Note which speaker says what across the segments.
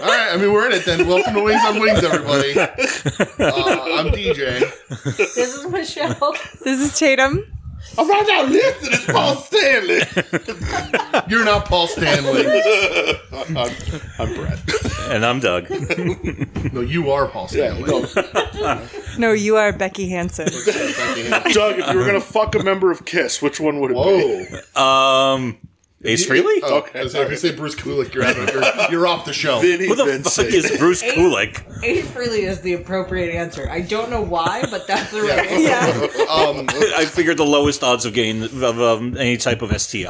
Speaker 1: All right, I mean we're in it then. Welcome to Wings on Wings, everybody. Uh, I'm DJ.
Speaker 2: This is Michelle. This is Tatum.
Speaker 1: I'm right now listening. It's Paul Stanley. You're not Paul Stanley. I'm, I'm Brett.
Speaker 3: And I'm Doug.
Speaker 1: No, you are Paul Stanley.
Speaker 2: No, you are Becky Hansen.
Speaker 4: Doug, if you were gonna fuck a member of Kiss, which one would it be?
Speaker 1: Whoa.
Speaker 3: Um, Ace Freely?
Speaker 1: Oh,
Speaker 4: Oh, Okay.
Speaker 1: I was going to say Bruce Kulick. You're, out of, you're, you're off the show.
Speaker 4: Vinny
Speaker 3: Who the
Speaker 4: Vincent.
Speaker 3: fuck is Bruce Kulick?
Speaker 5: Aid freely is the appropriate answer. I don't know why, but that's the right answer.
Speaker 2: Yeah.
Speaker 1: Um,
Speaker 3: I figured the lowest odds of getting of um, any type of STI.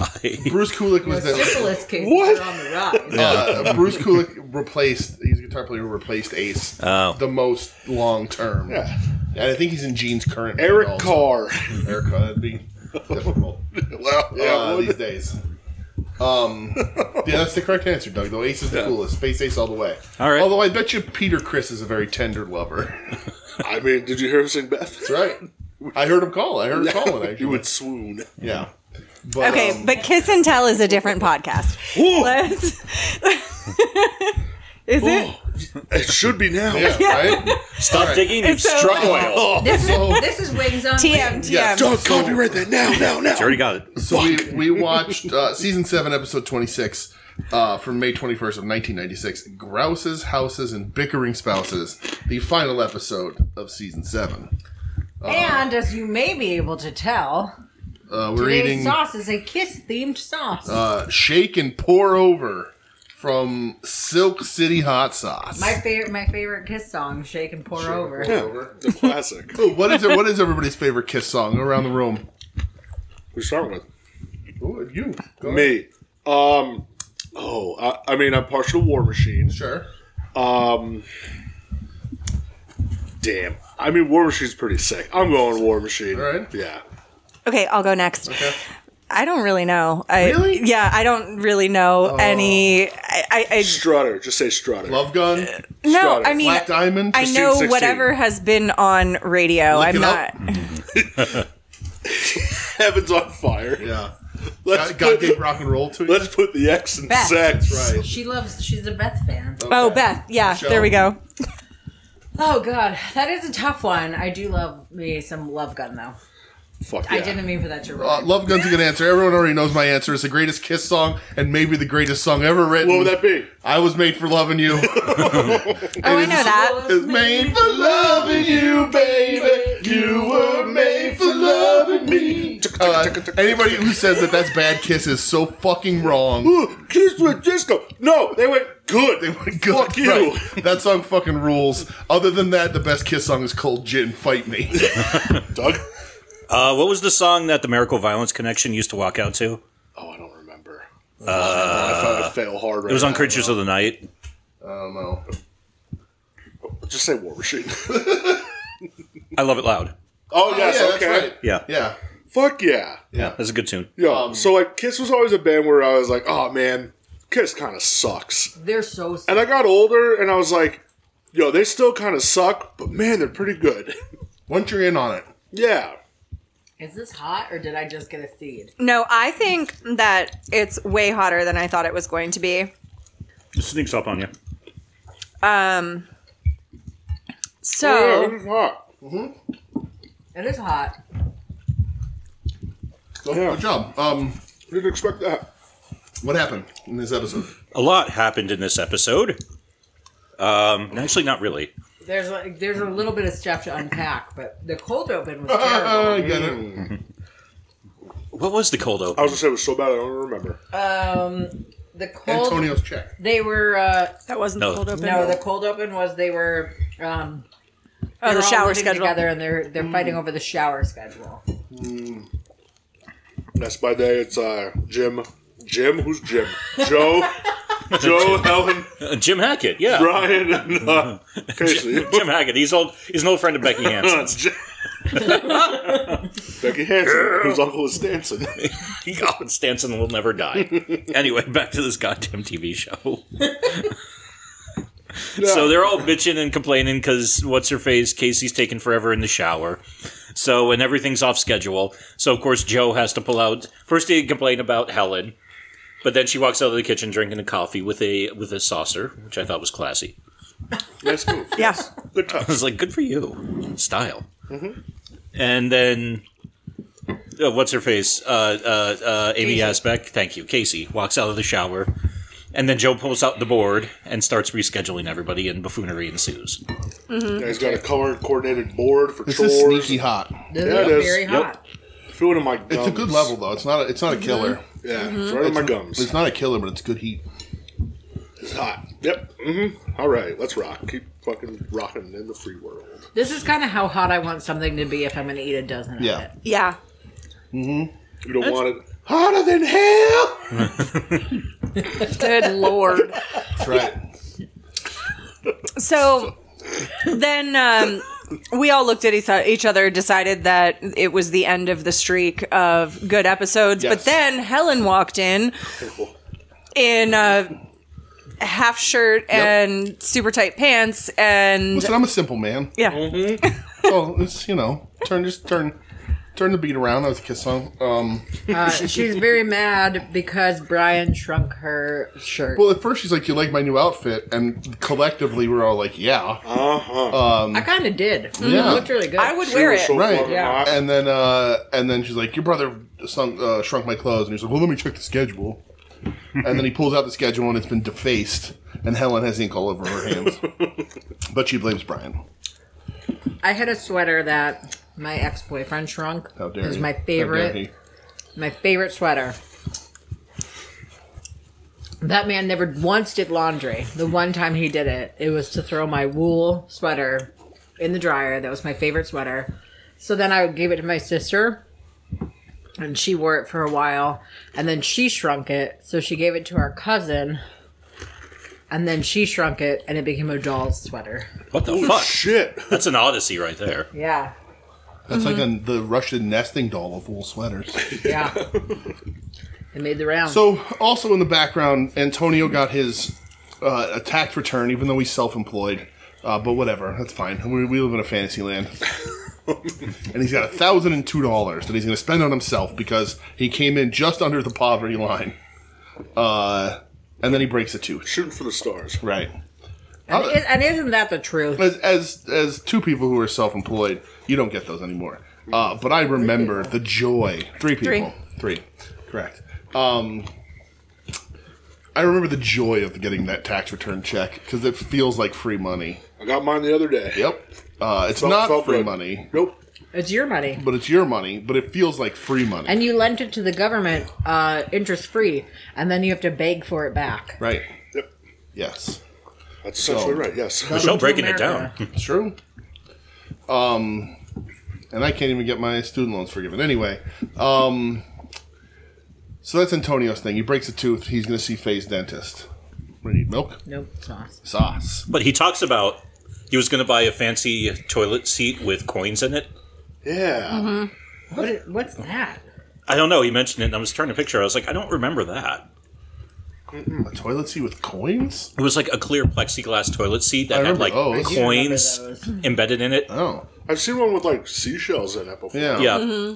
Speaker 1: Bruce Kulick was the
Speaker 5: Syphilis cases
Speaker 4: What?
Speaker 5: are on the rise.
Speaker 1: uh, Bruce Kulick replaced. He's a guitar player who replaced Ace the most long term.
Speaker 4: Oh. Yeah.
Speaker 1: And I think he's in Gene's current. band
Speaker 4: Eric
Speaker 1: also.
Speaker 4: Carr.
Speaker 1: Eric Carr. That'd be difficult.
Speaker 4: well, yeah,
Speaker 1: uh,
Speaker 4: what-
Speaker 1: these days. Um, yeah, that's the correct answer, Doug. Though Ace is the coolest. Space Ace all the way.
Speaker 3: All right.
Speaker 1: Although I bet you Peter Chris is a very tender lover.
Speaker 4: I mean, did you hear him sing Beth?
Speaker 1: That's right. I heard him call. I heard him calling. Actually,
Speaker 4: You would swoon.
Speaker 1: yeah. But,
Speaker 2: Okay,
Speaker 1: um,
Speaker 2: but Kiss and Tell is a different podcast. Let's. is it?
Speaker 4: It should be now.
Speaker 1: yeah, right.
Speaker 3: Stop digging, you
Speaker 2: It's so-
Speaker 3: struck oil.
Speaker 5: This,
Speaker 1: So-
Speaker 5: is, this is Wings on
Speaker 2: TM,
Speaker 5: Wings.
Speaker 1: Yeah,
Speaker 2: TM.
Speaker 4: Doug, copyright that now, now, now.
Speaker 3: You already got it.
Speaker 1: So we, we watched uh, season seven, episode twenty six, uh, from May twenty first of nineteen ninety six. Grouses, houses, and bickering spouses. The final episode of season seven.
Speaker 5: And as you may be able to tell,
Speaker 1: Uh, we're
Speaker 5: today's
Speaker 1: eating
Speaker 5: sauce is a kiss themed sauce.
Speaker 1: uh, shake and pour over from Silk City Hot Sauce.
Speaker 5: my favorite, my favorite kiss song, "Shake and Pour Over."
Speaker 4: The classic.
Speaker 1: Ooh, what is it? What is everybody's favorite Kiss song around the room?
Speaker 4: we start with
Speaker 1: Ooh, you Go ahead.
Speaker 4: me. Um, oh, I, I mean, I'm partial to War Machine.
Speaker 1: Sure.
Speaker 4: Damn. I mean, War Machine's pretty sick. I'm going War Machine.
Speaker 1: All right.
Speaker 4: Yeah.
Speaker 2: Okay, I'll go next. I don't really know. I,
Speaker 1: Really? Oh.
Speaker 2: Yeah, I don't really know any. I, I, I
Speaker 4: Strutter. Just say Strutter.
Speaker 1: Love Gun,
Speaker 2: no.
Speaker 4: Strutter.
Speaker 2: I mean,
Speaker 1: Black Diamond.
Speaker 2: I know
Speaker 4: 16.
Speaker 2: whatever has been on radio.
Speaker 1: Look
Speaker 2: I'm
Speaker 1: it
Speaker 2: not.
Speaker 1: up.
Speaker 4: Heaven's on fire.
Speaker 1: Yeah.
Speaker 4: Let's,
Speaker 1: God, God
Speaker 4: put,
Speaker 1: gave rock and roll to you.
Speaker 4: let's put the X in
Speaker 5: Beth.
Speaker 4: sex.
Speaker 1: Right.
Speaker 5: She loves. She's a Beth fan.
Speaker 2: Oh, Beth. Yeah,
Speaker 1: Michelle.
Speaker 2: there we go.
Speaker 5: Oh God, that is a tough one. I do love me some Love Gun though.
Speaker 4: Fuck
Speaker 5: I
Speaker 4: yeah.
Speaker 5: didn't mean for that to roll.
Speaker 1: Uh, Love Gun's a good answer. Everyone already knows my answer. It's the greatest Kiss song and maybe the greatest song ever written.
Speaker 4: What would that be?
Speaker 1: I was made for loving you.
Speaker 2: Oh, I know that.
Speaker 1: It's made for loving you, baby. You were made for loving me. Uh, anybody who says that that's bad kiss is so fucking wrong.
Speaker 4: Ooh, Kiss with Disco. No, they went good. They
Speaker 1: Good,
Speaker 4: went good. Fuck you.
Speaker 1: right. That song fucking rules. Other than that, the best kiss song is Cold Gin Fight Me.
Speaker 4: Doug.
Speaker 3: Uh, what was the song that the Miracle Violence Connection used to walk out to?
Speaker 4: Oh, I don't remember. I found I fail hard. Right
Speaker 3: It was on
Speaker 4: now.
Speaker 3: Creatures of the Night.
Speaker 1: I don't know.
Speaker 4: Just say War Machine.
Speaker 3: I love it loud.
Speaker 4: oh yes,
Speaker 1: yeah,
Speaker 4: okay.
Speaker 1: that's right.
Speaker 3: Yeah.
Speaker 1: Yeah.
Speaker 4: Fuck yeah.
Speaker 1: Yeah. Um,
Speaker 3: That's a good tune.
Speaker 4: Yo, so like Kiss was always a band where I was like, oh man, Kiss kind of sucks.
Speaker 5: They're so. Sweet.
Speaker 4: And I got older and I was like, yo, they still kind of suck, but man, they're pretty good.
Speaker 1: Once you're in on it.
Speaker 4: yeah.
Speaker 5: Is this hot, or did I just get a seed?
Speaker 2: No, I think that it's way hotter than I thought it was going to be.
Speaker 3: It sneaks up on you.
Speaker 2: Um,
Speaker 3: Oh.
Speaker 2: So
Speaker 4: Yeah, it's hot.
Speaker 5: It is hot.
Speaker 1: So,
Speaker 4: Yeah.
Speaker 1: Good job. Um,
Speaker 4: Didn't expect that.
Speaker 1: what happened in this episode?
Speaker 3: A lot happened in this episode. Um, actually, not really.
Speaker 5: There's a, there's a little bit of stuff to unpack, but the cold open was terrible.
Speaker 1: I get uh, it.
Speaker 3: What was the cold
Speaker 4: I
Speaker 1: Oh,
Speaker 3: open?
Speaker 4: was gonna say it was so bad I don't remember.
Speaker 5: Um, the cold.
Speaker 1: Antonio's check.
Speaker 5: They were. Uh,
Speaker 2: that wasn't
Speaker 3: No.
Speaker 2: the cold open.
Speaker 5: no, the cold open was they were. Um,
Speaker 2: oh,
Speaker 5: they're
Speaker 2: the
Speaker 5: all
Speaker 2: shower
Speaker 5: living
Speaker 2: schedule. Mm.
Speaker 5: together, and they're they're fighting over the shower schedule.
Speaker 4: That's by day. It's uh Jim. Jim, who's Jim? Joe. Joe, Helen,
Speaker 3: Uh, Jim Hackett. Yeah.
Speaker 4: Brian, and uh, Casey.
Speaker 3: Jim Hackett. He's old. He's an old friend of Becky Hanson's.
Speaker 4: J- Becky Hanson, whose uncle is Stanson.
Speaker 3: God, Stanson will never die. anyway, back to this goddamn TV show. So they're all bitching and complaining because what's her face? Casey's taking forever in the shower. So, and everything's off schedule. So, of course, Joe has to pull out. First, he complained about Helen. But then she walks out of the kitchen drinking a coffee with a with a saucer, which I thought was classy.
Speaker 4: Nice move.
Speaker 2: Yeah.
Speaker 4: Good
Speaker 3: I
Speaker 4: touch.
Speaker 3: was like, good for you, style. Mm-hmm. And then, uh, what's her face? Uh, uh, uh, Amy Asbeck, thank you. Casey walks out of the shower, and then Joe pulls out the board and starts rescheduling everybody, and buffoonery ensues.
Speaker 4: He's got a color coordinated board for
Speaker 1: This
Speaker 4: chores.
Speaker 1: is sneaky hot.
Speaker 4: Yeah, it is.
Speaker 5: Very
Speaker 4: Yep.
Speaker 5: hot.
Speaker 4: Food in my gums.
Speaker 1: It's a good level though. It's not. A, it's not a killer.
Speaker 4: Yeah, right in my gums.
Speaker 1: It's not a killer, but it's good heat.
Speaker 4: It's hot. Yep. Mm-hmm. All right, let's rock. Keep fucking rocking in the free world.
Speaker 5: This is kind of how hot I want something to be if I'm going to eat a dozen
Speaker 1: Yeah.
Speaker 5: of it.
Speaker 2: Yeah.
Speaker 4: You don't want it hotter than hell.
Speaker 2: Good lord.
Speaker 1: That's right.
Speaker 2: So then um, we all looked at each- each other, decided that it was the end of the streak of good episodes.
Speaker 1: Yes.
Speaker 2: But then Helen walked in in a half shirt and super tight pants, and
Speaker 1: Listen, I'm a simple man.
Speaker 2: yeah,
Speaker 1: So it's you know, turn just turn, turn the beat around. That was a kiss song. Um,
Speaker 5: Uh, she's very mad because Brian shrunk her shirt.
Speaker 1: well, at first she's like, "You like my new outfit?" And collectively, we're all like, "Yeah,
Speaker 5: I kind of did.
Speaker 1: Yeah.
Speaker 5: It looked really good.
Speaker 2: I would wear it.
Speaker 4: So
Speaker 1: right."
Speaker 4: fucking hot.
Speaker 1: And then, uh, and then she's like, "Your brother sunk, uh, shrunk my clothes," and he's like, "Well, let me check the schedule." and then he pulls out the schedule, and it's been defaced, and Helen has ink all over her hands. but she blames Brian.
Speaker 5: I had a sweater that my ex boyfriend shrunk.
Speaker 1: How dare
Speaker 5: It was
Speaker 1: you.
Speaker 5: my
Speaker 1: How dare he.
Speaker 5: favorite. My favorite sweater. That man never once did laundry. The one time he did it, it was to throw my wool sweater in the dryer. That was my favorite sweater. So then I gave it to my sister, and she wore it for a while, and then she shrunk it. So she gave it to our cousin, and then she shrunk it, and it became a doll's sweater.
Speaker 3: What the fuck?
Speaker 4: Shit.
Speaker 3: That's an odyssey right there.
Speaker 5: Yeah,
Speaker 1: That's like a, the Russian nesting doll of wool sweaters.
Speaker 5: yeah. it made the rounds.
Speaker 1: So, also in the background, Antonio got his uh, a tax return, even though he's self-employed. Uh, but whatever, that's fine. We, we live in a fantasy land. and he's got a thousand and two dollars that he's going to spend on himself because he came in just under the poverty line. Uh, and then he breaks a tooth.
Speaker 4: Shooting for the stars.
Speaker 1: Right.
Speaker 5: And, i- and isn't that the truth?
Speaker 1: As as as two people who are self-employed, you don't get those anymore. Uh, but I remember the joy. Three people. Three. Correct. Um, I remember the joy of getting that tax return check because it feels like free money.
Speaker 4: I got mine the other day.
Speaker 1: Yep. Uh, it's
Speaker 4: Felt-
Speaker 1: not
Speaker 4: felt
Speaker 1: free
Speaker 4: good.
Speaker 1: money,
Speaker 4: Nope.
Speaker 5: It's your money.
Speaker 1: but it's your money. But it feels like free money.
Speaker 5: And you lent it to the government uh, interest free, and then you have to beg for it back.
Speaker 1: right.
Speaker 4: Yep.
Speaker 1: Yes.
Speaker 4: That's essentially right. Yes.
Speaker 3: Michelle breaking it
Speaker 5: America.
Speaker 3: down.
Speaker 1: It's true. Um, and I can't even get my student loans forgiven. Anyway, um, so that's Antonio's thing. He breaks a tooth. He's going to see Faye's dentist. We need milk,
Speaker 5: Nope, it's not.
Speaker 1: sauce.
Speaker 3: But he talks about he was going to buy a fancy toilet seat with coins in it.
Speaker 4: yeah.
Speaker 5: What is, what's that?
Speaker 3: I don't know. He mentioned it, and I was trying to picture. I was like, I don't remember that.
Speaker 1: A toilet seat with coins?
Speaker 3: It was like a clear plexiglass toilet seat
Speaker 1: I
Speaker 3: that had
Speaker 1: remember
Speaker 3: like
Speaker 1: those. I do
Speaker 5: remember
Speaker 3: coins
Speaker 5: those.
Speaker 3: embedded in it.
Speaker 1: Oh,
Speaker 4: I've seen one with like seashells in it before.
Speaker 1: yeah.
Speaker 3: Yeah.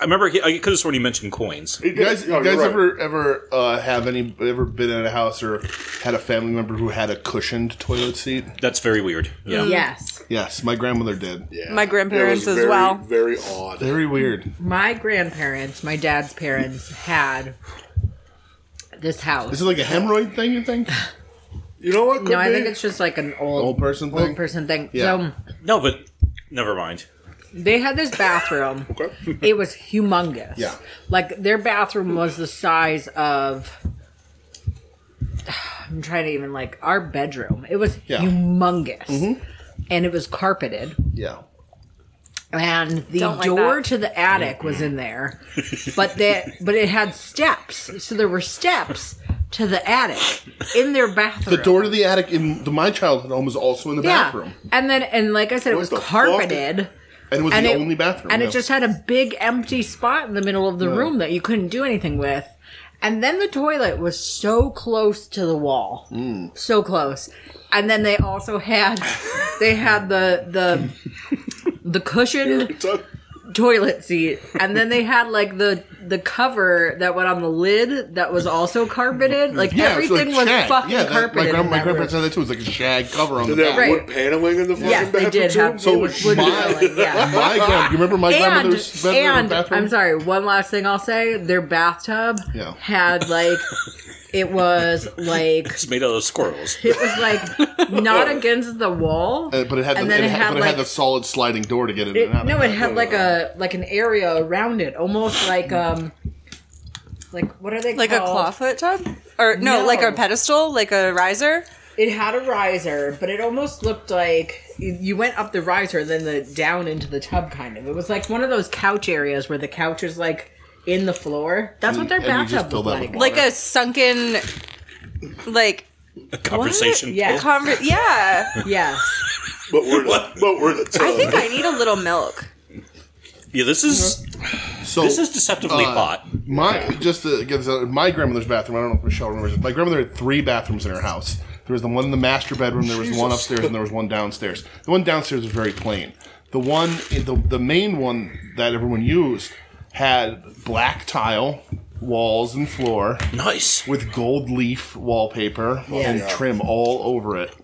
Speaker 3: I remember he, I could have sworn he mentioned coins.
Speaker 1: You guys,
Speaker 4: Yeah,
Speaker 1: you guys
Speaker 4: you're right.
Speaker 1: ever ever uh, have any ever been at a house or had a family member who had a cushioned toilet seat?
Speaker 3: That's very weird. Yeah.
Speaker 5: Yes.
Speaker 1: Yes, my grandmother did.
Speaker 4: Yeah.
Speaker 2: My grandparents
Speaker 4: It
Speaker 2: as
Speaker 4: was very,
Speaker 2: well.
Speaker 4: Very odd.
Speaker 1: Very weird.
Speaker 5: My grandparents, my dad's parents, had this house.
Speaker 1: Is it like a hemorrhoid thing? You think?
Speaker 4: You know what? Could
Speaker 5: No, I
Speaker 4: be?
Speaker 5: think it's just like an old,
Speaker 1: Old person
Speaker 5: old
Speaker 1: thing?
Speaker 5: person thing.
Speaker 1: Yeah.
Speaker 5: So
Speaker 3: No, but never mind.
Speaker 5: they had this bathroom.
Speaker 4: Okay.
Speaker 5: it was humongous.
Speaker 1: Yeah.
Speaker 5: Like their bathroom was the size of I'm trying to even like our bedroom. It was
Speaker 1: Yeah. Mm-hmm.
Speaker 5: humongous. And it was carpeted.
Speaker 1: Yeah.
Speaker 5: And the
Speaker 2: Don't like
Speaker 5: door
Speaker 2: that.
Speaker 5: to the attic was in there. But that but it had steps. So there were steps to the attic in their bathroom.
Speaker 1: The door to the attic in the, my childhood home was also in the
Speaker 5: yeah.
Speaker 1: bathroom.
Speaker 5: And then and like I said, it
Speaker 4: What
Speaker 5: was
Speaker 4: the fuck?
Speaker 5: carpeted.
Speaker 1: And it was
Speaker 5: and
Speaker 1: the
Speaker 5: it-
Speaker 1: only bathroom.
Speaker 5: And
Speaker 1: yeah.
Speaker 5: it just had a big empty spot in the middle of the room that you couldn't do anything with. And then the toilet was so close to the wall,
Speaker 1: Mm.
Speaker 5: so close. And then they also had they had the the the cushioned
Speaker 4: It's a-
Speaker 5: toilet seat, and then they had like the the cover that went on the lid that was also carpeted. Like
Speaker 1: Yeah, it's
Speaker 5: everything was
Speaker 1: shag.
Speaker 5: fucking
Speaker 1: yeah, that, my,
Speaker 5: carpeted.
Speaker 1: grand,
Speaker 5: in
Speaker 1: my
Speaker 5: that
Speaker 1: grandparents
Speaker 5: room.
Speaker 1: had that too. It was like a shag cover on the
Speaker 4: Did they have
Speaker 1: back.
Speaker 5: Right.
Speaker 4: wood paneling in the fucking
Speaker 5: Yes, they
Speaker 4: bathroom
Speaker 5: did
Speaker 4: too?
Speaker 5: have.
Speaker 1: So
Speaker 5: it was wood
Speaker 1: my-
Speaker 5: paneling, yeah.
Speaker 1: My grand, you remember my
Speaker 5: and
Speaker 1: grandmother's bedroom
Speaker 5: and
Speaker 1: bathroom?
Speaker 5: I'm sorry, one last thing I'll say: their bathtub
Speaker 1: Yeah.
Speaker 5: had like it was like
Speaker 3: It's made out of squirrels.
Speaker 5: it was like not against the wall.
Speaker 1: Uh, but it had,
Speaker 5: and
Speaker 1: the,
Speaker 5: then
Speaker 1: it
Speaker 5: it
Speaker 1: had,
Speaker 5: had,
Speaker 1: but it had
Speaker 5: like-
Speaker 1: the solid sliding door to get in
Speaker 5: It-
Speaker 1: and out.
Speaker 5: no, it had like a like an area around it, almost like um, like what are they
Speaker 2: Like a
Speaker 5: called?
Speaker 2: clawfoot tub? Or no,
Speaker 5: Oh. No.
Speaker 2: like a pedestal, like a riser?
Speaker 5: It had a riser, but it almost looked like you went up the riser, then the down into the tub kind of. It was like one of those couch areas where the couch is like in the floor. That's what their
Speaker 1: And you just
Speaker 5: bathtub
Speaker 1: fill
Speaker 5: looked
Speaker 1: that with
Speaker 5: like.
Speaker 1: water.
Speaker 2: Like a sunken like
Speaker 3: A conversation.
Speaker 5: Yeah.
Speaker 3: pill.
Speaker 2: conver- yeah.
Speaker 5: Yes.
Speaker 4: But we're the, but we're the
Speaker 2: I
Speaker 4: tub.
Speaker 2: think I need a little milk.
Speaker 3: Yeah, this is
Speaker 2: Mm-hmm.
Speaker 1: So
Speaker 3: this is deceptively
Speaker 1: Uh,
Speaker 3: hot.
Speaker 1: My just to get this out, my grandmother's bathroom. I don't know if Michelle remembers. It. My grandmother had three bathrooms in her house. There was the one in the master bedroom. There was one upstairs, and there was one downstairs. The one downstairs was very plain. The one, the the main one that everyone used had black tile walls and floor
Speaker 3: Nice.
Speaker 1: with gold leaf wallpaper and trim all over it.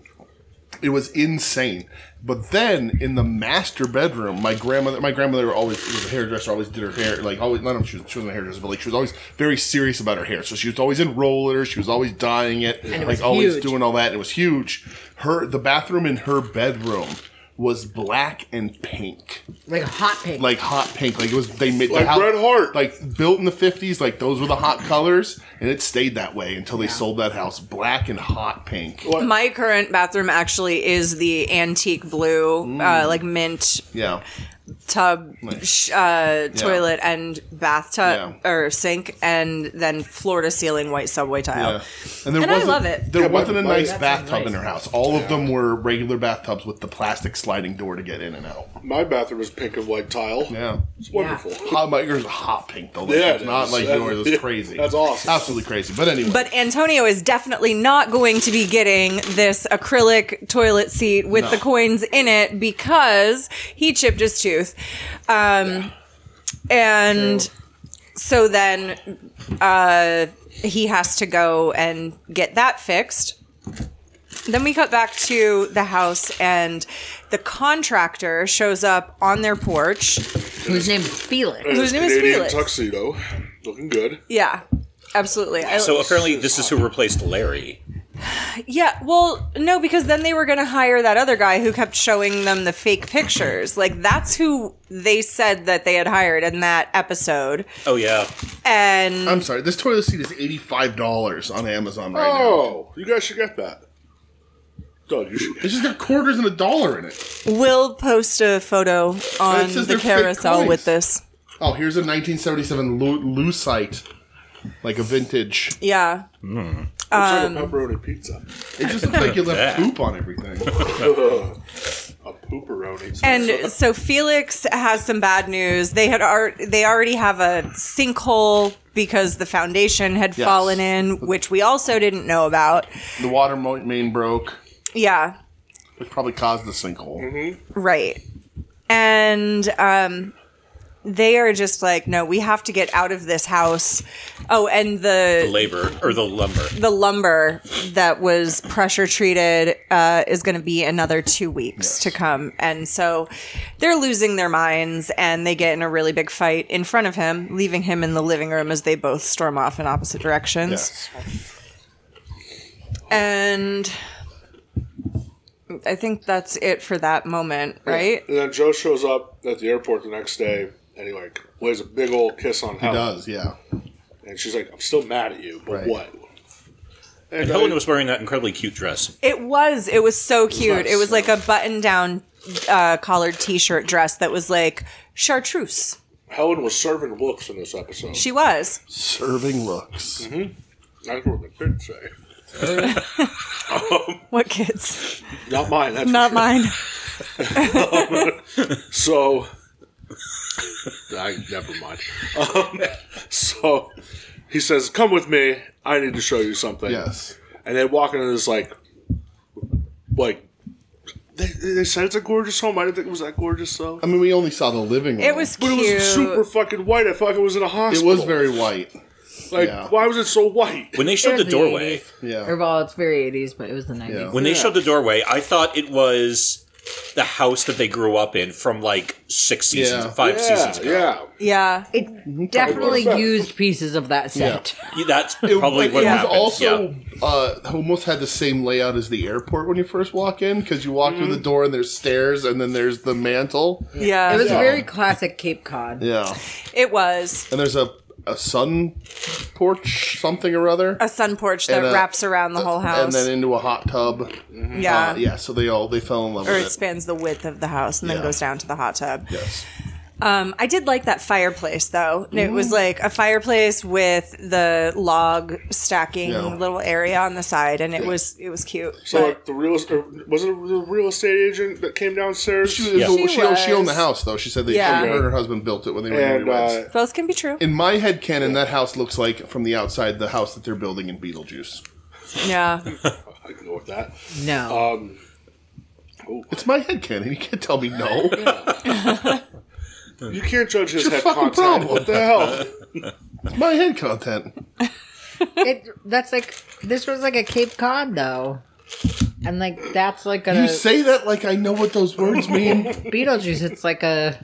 Speaker 1: It was insane. But then in the master bedroom, my grandmother, my grandmother always was a hairdresser, always did her hair like always. Not know if she, was, she wasn't a hairdresser, but like she was always very serious about her hair. So she was always in rollers, she was always dyeing it, like
Speaker 5: was
Speaker 1: always
Speaker 5: huge.
Speaker 1: doing all that. And it was huge. Her the bathroom in her bedroom was black and pink
Speaker 5: Like a hot pink.
Speaker 1: like hot pink. Like it was they made
Speaker 4: Like
Speaker 1: the house-
Speaker 4: Red Heart.
Speaker 1: like built in the fifties. Like those were the hot colors, and it stayed that way until they sold that house black and hot pink.
Speaker 2: My current bathroom actually is the antique blue,
Speaker 1: Mm.
Speaker 2: uh, like mint
Speaker 1: Yeah,
Speaker 2: tub, sh- uh, toilet, and bathtub
Speaker 1: Yeah.
Speaker 2: or sink, and then floor to ceiling white subway tile.
Speaker 1: yeah. And there
Speaker 2: Oh. And I
Speaker 1: wasn't,
Speaker 2: love it.
Speaker 1: There
Speaker 4: Yeah, my-
Speaker 1: wasn't a
Speaker 4: my-
Speaker 1: nice
Speaker 4: That
Speaker 5: sounds
Speaker 1: bathtub in
Speaker 5: nice.
Speaker 1: her house. All of them were regular bathtubs with the plastic sliding door to get in and out.
Speaker 4: My bathroom is pink and white tile.
Speaker 1: Yeah.
Speaker 4: It's wonderful.
Speaker 1: Hot, my yours is hot pink though. Like,
Speaker 4: Yeah,
Speaker 1: it's
Speaker 4: it
Speaker 1: not
Speaker 4: is.
Speaker 1: like
Speaker 4: That-
Speaker 1: yours. It's crazy.
Speaker 4: That's awesome.
Speaker 1: Absolutely crazy. But anyway,
Speaker 2: But Antonio is definitely not going to be getting this acrylic toilet seat with the coins in it because he chipped his tooth. Um, And so then uh, he has to go and get that fixed. Then we cut back to the house, and the contractor shows up on their porch.
Speaker 5: whose name is Felix.
Speaker 2: Whose name is
Speaker 4: Canadian
Speaker 2: Felix?
Speaker 4: tuxedo, looking good.
Speaker 2: Yeah, absolutely. I-
Speaker 3: So apparently, this is who replaced Larry.
Speaker 2: Yeah, well, no, because then they were going to hire that other guy who kept showing them the fake pictures. Like, that's who they said that they had hired in that episode.
Speaker 3: Oh yeah,
Speaker 2: And
Speaker 1: I'm sorry. This toilet seat is eighty five dollars on Amazon right now.
Speaker 4: Oh, you guys should get that. Doug, you should.
Speaker 1: It's just got quarters and a dollar in it.
Speaker 2: we'll post a photo on
Speaker 1: says
Speaker 2: the
Speaker 1: they're fake
Speaker 2: carousel
Speaker 1: coins.
Speaker 2: with this.
Speaker 1: Oh, here's a 1977 Lu- Lucite, like a vintage.
Speaker 2: Yeah.
Speaker 4: It's like a pepperoni pizza.
Speaker 1: It just looks like you left poop on everything.
Speaker 4: Ugh. a pooperoni.
Speaker 2: And so Felix has some bad news. They had ar- they already have a sinkhole because the foundation had
Speaker 1: Yes.
Speaker 2: fallen in, which we also didn't know about.
Speaker 1: The water mo- main broke,
Speaker 2: Yeah.
Speaker 1: which probably caused the sinkhole.
Speaker 2: Right. And um they are just like, no, we have to get out of this house. Oh, and the
Speaker 3: labor or the lumber.
Speaker 2: the lumber that was pressure treated uh, is going to be another two weeks to come, and so they're losing their minds, and they get in a really big fight in front of him, leaving him in the living room as they both storm off in opposite directions.
Speaker 1: Yes.
Speaker 2: And I think that's it for that moment, right?
Speaker 4: And then Joe shows up at the airport the next day, and he like lays a big old kiss on
Speaker 1: It
Speaker 4: Helen.
Speaker 1: does, yeah.
Speaker 4: And she's like, "I'm still mad at you, but
Speaker 1: Right.
Speaker 4: what?"
Speaker 3: And Helen was wearing that incredibly cute dress.
Speaker 2: It was. It was so cute. It was,
Speaker 4: nice.
Speaker 2: like a button-down uh, collared T-shirt dress that was like chartreuse.
Speaker 4: Helen was serving looks in this episode.
Speaker 2: She was.
Speaker 1: Serving looks.
Speaker 4: That's what the kids say.
Speaker 2: What kids?
Speaker 4: Not mine. That's
Speaker 2: Not
Speaker 4: for sure.
Speaker 2: mine.
Speaker 4: So, I never mind. Um, so he says, "Come with me. I need to show you something."
Speaker 1: Yes.
Speaker 4: and they walk into this like, like they, they said it's a gorgeous home. I didn't think it was that gorgeous though.
Speaker 1: I mean, we only saw the living room.
Speaker 2: It was
Speaker 4: But
Speaker 2: cute.
Speaker 4: it was super fucking white. I felt like I was in a
Speaker 1: It
Speaker 4: hospital.
Speaker 1: was very white.
Speaker 4: like
Speaker 1: yeah.
Speaker 4: why was it so white?
Speaker 3: When they showed the
Speaker 5: It was
Speaker 3: doorway,
Speaker 5: 80s.
Speaker 1: Yeah.
Speaker 5: Or, well, it's very 80s, but it was the 90s.
Speaker 1: Yeah.
Speaker 3: when they showed the doorway, I thought it was the house that they grew up in from like six seasons,
Speaker 1: Yeah.
Speaker 3: five
Speaker 4: Yeah,
Speaker 3: seasons ago.
Speaker 4: yeah.
Speaker 2: yeah.
Speaker 5: It definitely
Speaker 4: Probably.
Speaker 5: used pieces of that set.
Speaker 3: Yeah, That's probably
Speaker 1: but
Speaker 3: what
Speaker 1: it
Speaker 3: happened.
Speaker 1: was also
Speaker 3: yeah.
Speaker 1: uh, almost had the same layout as the airport when you first walk in because you walk through the door and there's stairs and then there's the mantle.
Speaker 2: Mm-hmm. Yeah.
Speaker 5: It was very classic Cape Cod.
Speaker 1: Yeah,
Speaker 2: It was
Speaker 1: and there's a a sun porch something or other,
Speaker 2: a sun porch that
Speaker 1: And, uh,
Speaker 2: wraps around the whole
Speaker 1: and
Speaker 2: house.
Speaker 1: then into a hot tub.
Speaker 2: yeah.
Speaker 1: Uh, yeah, so they all they fell in love
Speaker 2: Or
Speaker 1: with
Speaker 2: it
Speaker 1: it.
Speaker 2: spans the width of the house and
Speaker 1: Yeah.
Speaker 2: then goes down to the hot tub.
Speaker 1: Yes.
Speaker 2: Um, I did like that fireplace though. And It was like a fireplace with the log stacking
Speaker 1: Yeah.
Speaker 2: little area on the side, and it was it was cute.
Speaker 4: So
Speaker 2: But-
Speaker 4: like the real or was it the real estate agent that came downstairs?
Speaker 1: She, she, she owned the
Speaker 2: was.
Speaker 1: house though. She said that
Speaker 2: Yeah.
Speaker 1: she, her and her husband built it when they were
Speaker 4: and
Speaker 1: newlyweds.
Speaker 4: uh,
Speaker 2: both can be true.
Speaker 1: in my head canon, that house looks like from the outside the house that they're building in Beetlejuice.
Speaker 2: yeah.
Speaker 4: uh, I can go with that.
Speaker 5: No.
Speaker 1: Uh, It's my head canon. You can't tell me no.
Speaker 4: You can't judge his
Speaker 1: your
Speaker 4: head
Speaker 1: fucking
Speaker 4: content.
Speaker 1: problem.
Speaker 4: What the hell?
Speaker 1: It's my head content.
Speaker 5: it, that's like, this was like a Cape Cod, though. And like, that's like a
Speaker 2: Uh,
Speaker 1: You say that like I know what those words mean.
Speaker 5: Beetlejuice. It's like a.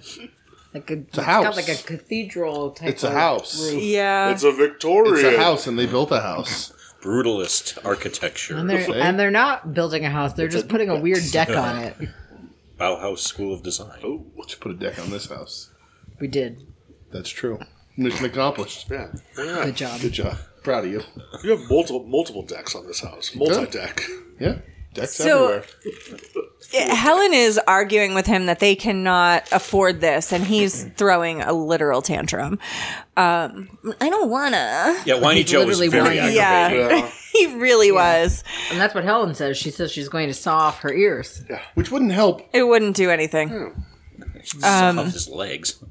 Speaker 5: Like a, it's
Speaker 1: a house.
Speaker 5: got like a cathedral type
Speaker 1: It's a
Speaker 5: of
Speaker 1: house.
Speaker 5: roof.
Speaker 2: Yeah.
Speaker 4: It's a Victorian.
Speaker 1: It's a house, and they built a house.
Speaker 3: brutalist architecture.
Speaker 5: And they're, and they're not building a house, they're just putting a weird deck on it.
Speaker 3: Bauhaus School of Design.
Speaker 1: Let's put a deck on this house.
Speaker 5: We did.
Speaker 1: That's true. Mission accomplished.
Speaker 4: Yeah.
Speaker 5: Good job.
Speaker 1: Good job. Proud of you.
Speaker 4: You have multiple multiple decks on this house. Multi deck.
Speaker 1: Yeah. Decks
Speaker 2: So-
Speaker 1: everywhere.
Speaker 2: Helen is arguing with him that they cannot afford this, and he's
Speaker 4: Mm-hmm.
Speaker 2: throwing a literal tantrum. Um, I don't wanna.
Speaker 3: Yeah, Whiny
Speaker 5: He's
Speaker 3: Joe was
Speaker 5: literally
Speaker 3: very
Speaker 5: whiny.
Speaker 3: aggravating.
Speaker 2: Yeah,
Speaker 4: Yeah.
Speaker 2: he really was.
Speaker 5: And that's what Helen says. She says she's going to saw off her ears.
Speaker 1: Which wouldn't help.
Speaker 2: It wouldn't do anything.
Speaker 4: Hmm.
Speaker 5: um,
Speaker 3: Off his legs.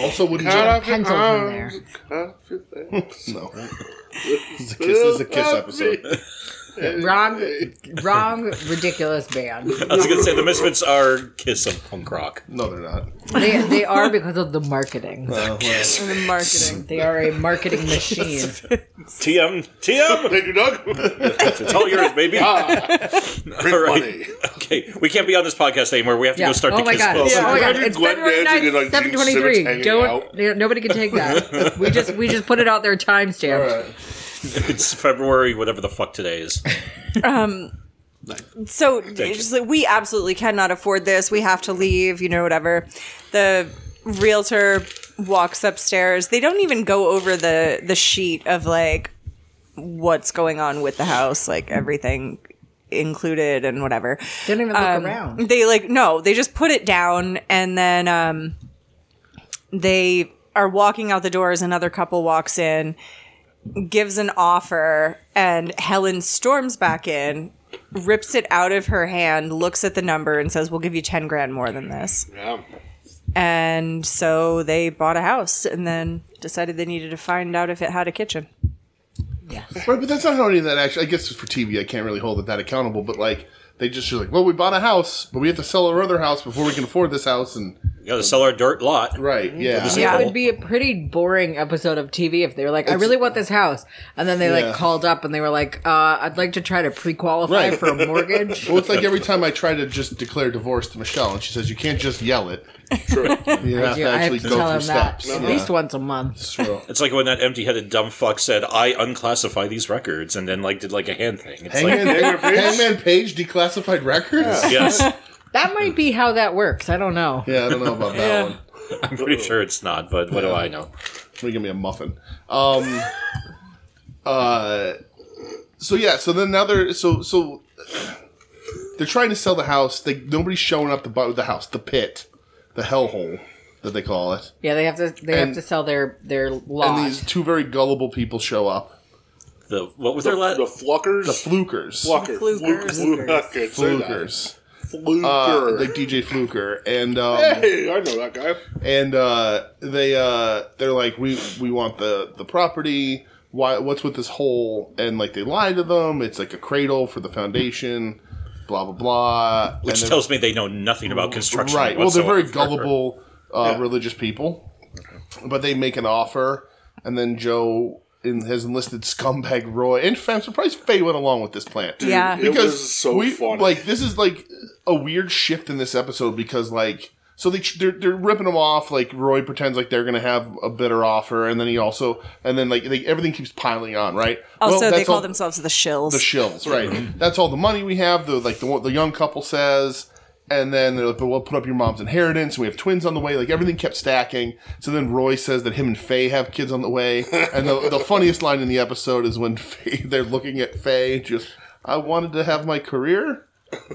Speaker 1: Also wouldn't
Speaker 4: Cut
Speaker 1: help.
Speaker 4: off your
Speaker 5: Pencils in
Speaker 4: arms,
Speaker 5: there.
Speaker 4: cut off your legs.
Speaker 1: No. It's a kiss. This is a kiss episode.
Speaker 5: Wrong, wrong, ridiculous band.
Speaker 3: I was gonna say the Misfits are kiss of punk rock.
Speaker 1: No, they're not.
Speaker 5: They, they are because of the marketing.
Speaker 1: Uh,
Speaker 2: And the marketing.
Speaker 5: They are a marketing machine.
Speaker 3: TM TM.
Speaker 4: Thank you, Doug.
Speaker 3: It's all yours, baby.
Speaker 1: Ah.
Speaker 3: all
Speaker 4: Money.
Speaker 3: Okay, we can't be on this podcast anymore. We have to
Speaker 5: Yeah.
Speaker 3: go start
Speaker 5: Oh
Speaker 3: the
Speaker 5: my
Speaker 3: kiss
Speaker 5: god.
Speaker 3: club.
Speaker 5: Yeah. Oh my god.
Speaker 4: Imagine
Speaker 5: It's
Speaker 4: Glenn
Speaker 5: February
Speaker 4: Danzig and,
Speaker 5: 9th,
Speaker 4: like, Gene Simmons
Speaker 5: 723.
Speaker 4: hanging
Speaker 5: Don't
Speaker 4: out.
Speaker 5: yeah, nobody can take that. We just we just put it out there timestamped.
Speaker 3: It's February, whatever the fuck today is.
Speaker 2: So just like, we absolutely cannot afford this. We have to leave. You know, whatever. The realtor walks upstairs. They don't even go over the the sheet of like what's going on with the house, like everything included and whatever.
Speaker 5: They don't even look
Speaker 2: Um,
Speaker 5: around.
Speaker 2: They like no, they just put it down and then um they are walking out the door as another couple walks in, gives an offer, and Helen storms back in, rips it out of her hand, looks at the number and says, We'll give you ten grand more than this.
Speaker 4: Yeah.
Speaker 2: And so they bought a house and then decided they needed to find out if it had a kitchen.
Speaker 1: Right, but that's not how any of that actually. I guess for TV, I can't really hold it that accountable. But like, they just are like, well, we bought a house, but we have to sell our other house before we can afford this house. And
Speaker 3: We gotta sell our dirt lot.
Speaker 1: right, yeah,
Speaker 3: This is
Speaker 5: Yeah,
Speaker 3: cool.
Speaker 5: it would be a pretty boring episode of TV if they were like, "I really want this house," and then they
Speaker 1: Yeah.
Speaker 5: like called up and they were like, uh, "I'd like to try to pre-qualify
Speaker 1: Right.
Speaker 5: for a mortgage."
Speaker 1: Well, it's like every time I try to just declare divorce to Michelle, and she says you can't just yell it. You have
Speaker 5: Yeah,
Speaker 1: to
Speaker 5: I have
Speaker 1: actually
Speaker 5: to
Speaker 1: go
Speaker 5: tell
Speaker 1: through
Speaker 5: him that
Speaker 1: steps.
Speaker 5: at
Speaker 1: Yeah.
Speaker 5: least once a month.
Speaker 1: It's true.
Speaker 3: It's like when that empty-headed dumb fuck said, "I unclassify these records," and then like did like a hand thing. It's like,
Speaker 1: Hangman, Hangman Page declassified records. Yeah.
Speaker 3: yes,
Speaker 5: That might be how that works. I don't know.
Speaker 1: I don't know about that one.
Speaker 3: I'm pretty sure it's not, but what do I know?
Speaker 1: Somebody give me a muffin. Um, uh, so yeah, so then now they're so so they're trying to sell the house. They nobody's showing up to buy the house, the pit, the hellhole that they call it.
Speaker 5: Yeah, they have to they
Speaker 1: And-
Speaker 5: have to sell their their lot.
Speaker 1: And these two very gullible people show up,
Speaker 3: The what was
Speaker 4: The,
Speaker 3: their last?
Speaker 4: the Fluckers.
Speaker 1: the flukers,
Speaker 4: Flucker.
Speaker 2: Flukers.
Speaker 4: Fluke- I can't say that.
Speaker 1: flukers, uh,
Speaker 4: Fluker.
Speaker 1: like DJ Fluker, and um,
Speaker 4: hey, I know that guy.
Speaker 1: and uh, they uh, they're like, we we want the the property. Why? What's with this hole? And like they lie to them. It's like a cradle for the foundation. blah blah blah.
Speaker 3: which
Speaker 1: and they're-
Speaker 3: tells me they know nothing about construction.
Speaker 1: right. Well, they're very
Speaker 3: whatsoever.
Speaker 1: gullible uh,
Speaker 3: Yeah.
Speaker 1: religious people, but they make an offer, and then Joe in, has enlisted scumbag Roy. And I'm surprised Faye went along with this plan.
Speaker 2: Yeah.
Speaker 4: It was so funny.
Speaker 1: like this is like a weird shift in this episode because like so they they're, they're ripping him off. Like Roy pretends like they're gonna have a better offer, and then he also and then like they, everything keeps piling on. Right. Well,
Speaker 2: Also, they
Speaker 1: that's
Speaker 2: call
Speaker 1: all-
Speaker 2: themselves the shills.
Speaker 1: the shills, right? That's all the money we have. The like the one- the young couple says, and then they're like, "But we'll put up your mom's inheritance. We have twins on the way." Like everything kept stacking. So then Roy says that him and Faye have kids on the way. And the, the funniest line in the episode is when Faye, they're looking at Faye, just I wanted to have my career.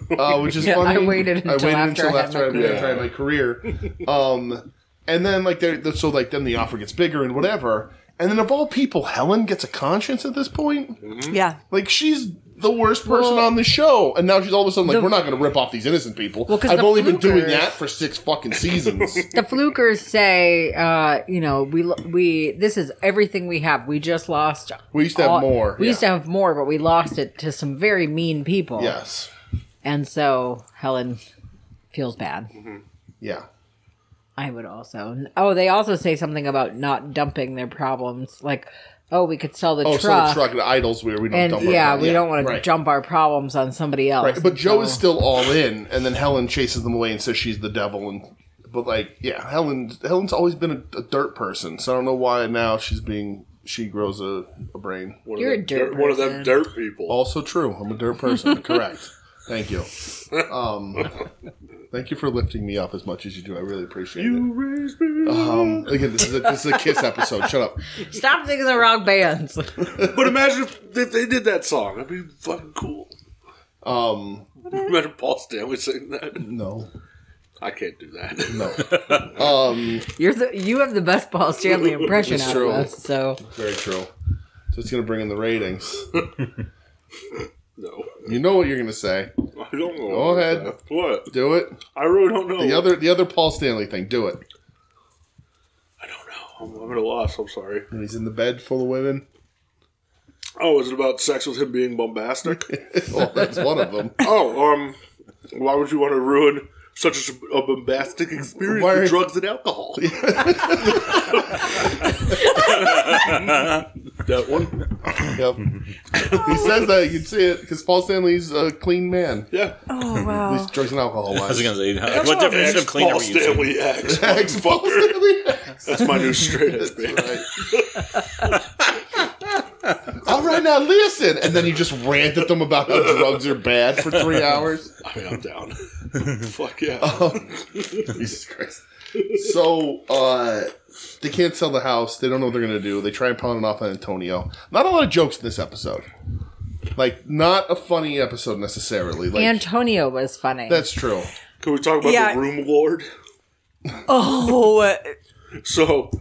Speaker 1: Uh, which is
Speaker 5: Yeah,
Speaker 1: funny.
Speaker 5: I waited until after I had my
Speaker 1: I
Speaker 5: career.
Speaker 1: tried my career. Um, and then like they're, they're- so like then the offer gets bigger and whatever. And then of all people, Helen gets a conscience at this point.
Speaker 2: yeah.
Speaker 1: Like she's the worst person on the show, and now she's all of a sudden like, we're not going to rip off these innocent people.
Speaker 5: 'cause
Speaker 1: I've
Speaker 5: the
Speaker 1: only been doing
Speaker 5: flukers-
Speaker 1: that for six fucking seasons.
Speaker 5: the flukers say, uh, you know, we lo- we this is everything we have. We just lost.
Speaker 1: We used to have more,
Speaker 5: We used to
Speaker 1: yeah.
Speaker 5: have more, but we lost it to some very mean people.
Speaker 1: yes,
Speaker 5: and so Helen feels bad.
Speaker 1: yeah,
Speaker 5: I would also. Oh, they also say something about not dumping their problems, like, oh, we could sell the
Speaker 1: oh, so
Speaker 5: truck.
Speaker 1: the truck and idols where we don't
Speaker 5: and
Speaker 1: dump our
Speaker 5: yeah,
Speaker 1: money.
Speaker 5: we don't want to
Speaker 1: right.
Speaker 5: jump our problems on somebody else.
Speaker 1: Right. But
Speaker 5: And
Speaker 1: Joe is
Speaker 5: so-
Speaker 1: still all in, and then Helen chases them away and says she's the devil. And but like, yeah, Helen Helen's always been a, a dirt person, so I don't know why now she's being she grows a, a Oh. brain.
Speaker 4: One
Speaker 5: You're a
Speaker 4: of them
Speaker 5: dirt
Speaker 4: One of them
Speaker 5: person.
Speaker 4: dirt people.
Speaker 1: Also true. I'm a dirt person. Correct. Thank you. Um, thank you for lifting me up as much as you do. I really appreciate it.
Speaker 4: raise me.
Speaker 1: Um, again, this is a, this is a Kiss episode. Shut up.
Speaker 5: Stop thinking the wrong bands.
Speaker 4: But imagine if, if they did that song. That'd be fucking cool.
Speaker 1: Um,
Speaker 4: Remember Paul Stanley singing that?
Speaker 1: no,
Speaker 4: I can't do that.
Speaker 1: no,
Speaker 5: You're the you have the best Paul Stanley impression
Speaker 1: It's
Speaker 5: out
Speaker 1: true.
Speaker 5: of us. So
Speaker 1: very true. So it's gonna bring in the ratings.
Speaker 4: No.
Speaker 1: You know what you're gonna say.
Speaker 4: I don't know.
Speaker 1: Go ahead.
Speaker 4: What?
Speaker 1: Do it.
Speaker 4: I really don't know.
Speaker 1: The other the other Paul Stanley thing. Do it.
Speaker 4: I don't know. I'm, I'm at a loss. I'm sorry.
Speaker 1: When he's in the bed full of women.
Speaker 4: Oh, is it about sex with him being bombastic?
Speaker 1: Well, that's one of them.
Speaker 4: oh, um, why would you want to ruin such a, a bombastic experience
Speaker 1: Why-
Speaker 4: with drugs and alcohol? that one?
Speaker 1: Yep. he says that you can see it because Paul Stanley's a clean man.
Speaker 4: Yeah.
Speaker 2: Oh
Speaker 1: He's
Speaker 2: wow.
Speaker 1: drugs and alcohol.
Speaker 3: I was
Speaker 1: Wise.
Speaker 3: gonna say, what definition of clean are
Speaker 4: Paul
Speaker 3: we using?
Speaker 4: Stanley X.
Speaker 1: Ex Paul Stanley.
Speaker 4: That's my new straight edge band.
Speaker 1: All right, now listen. And then he just rant at them about how drugs are bad for three hours.
Speaker 4: I mean, I'm down. Fuck yeah.
Speaker 1: Oh. Jesus Christ. So, uh, they can't sell the house. They don't know what they're going to do. They try and pound it off on Antonio. Not a lot of jokes in this episode. Like, not a funny episode necessarily. Like,
Speaker 5: Antonio was funny.
Speaker 1: that's true.
Speaker 4: Can we talk about
Speaker 2: Yeah.
Speaker 4: the room lord?
Speaker 2: Oh, uh,
Speaker 4: So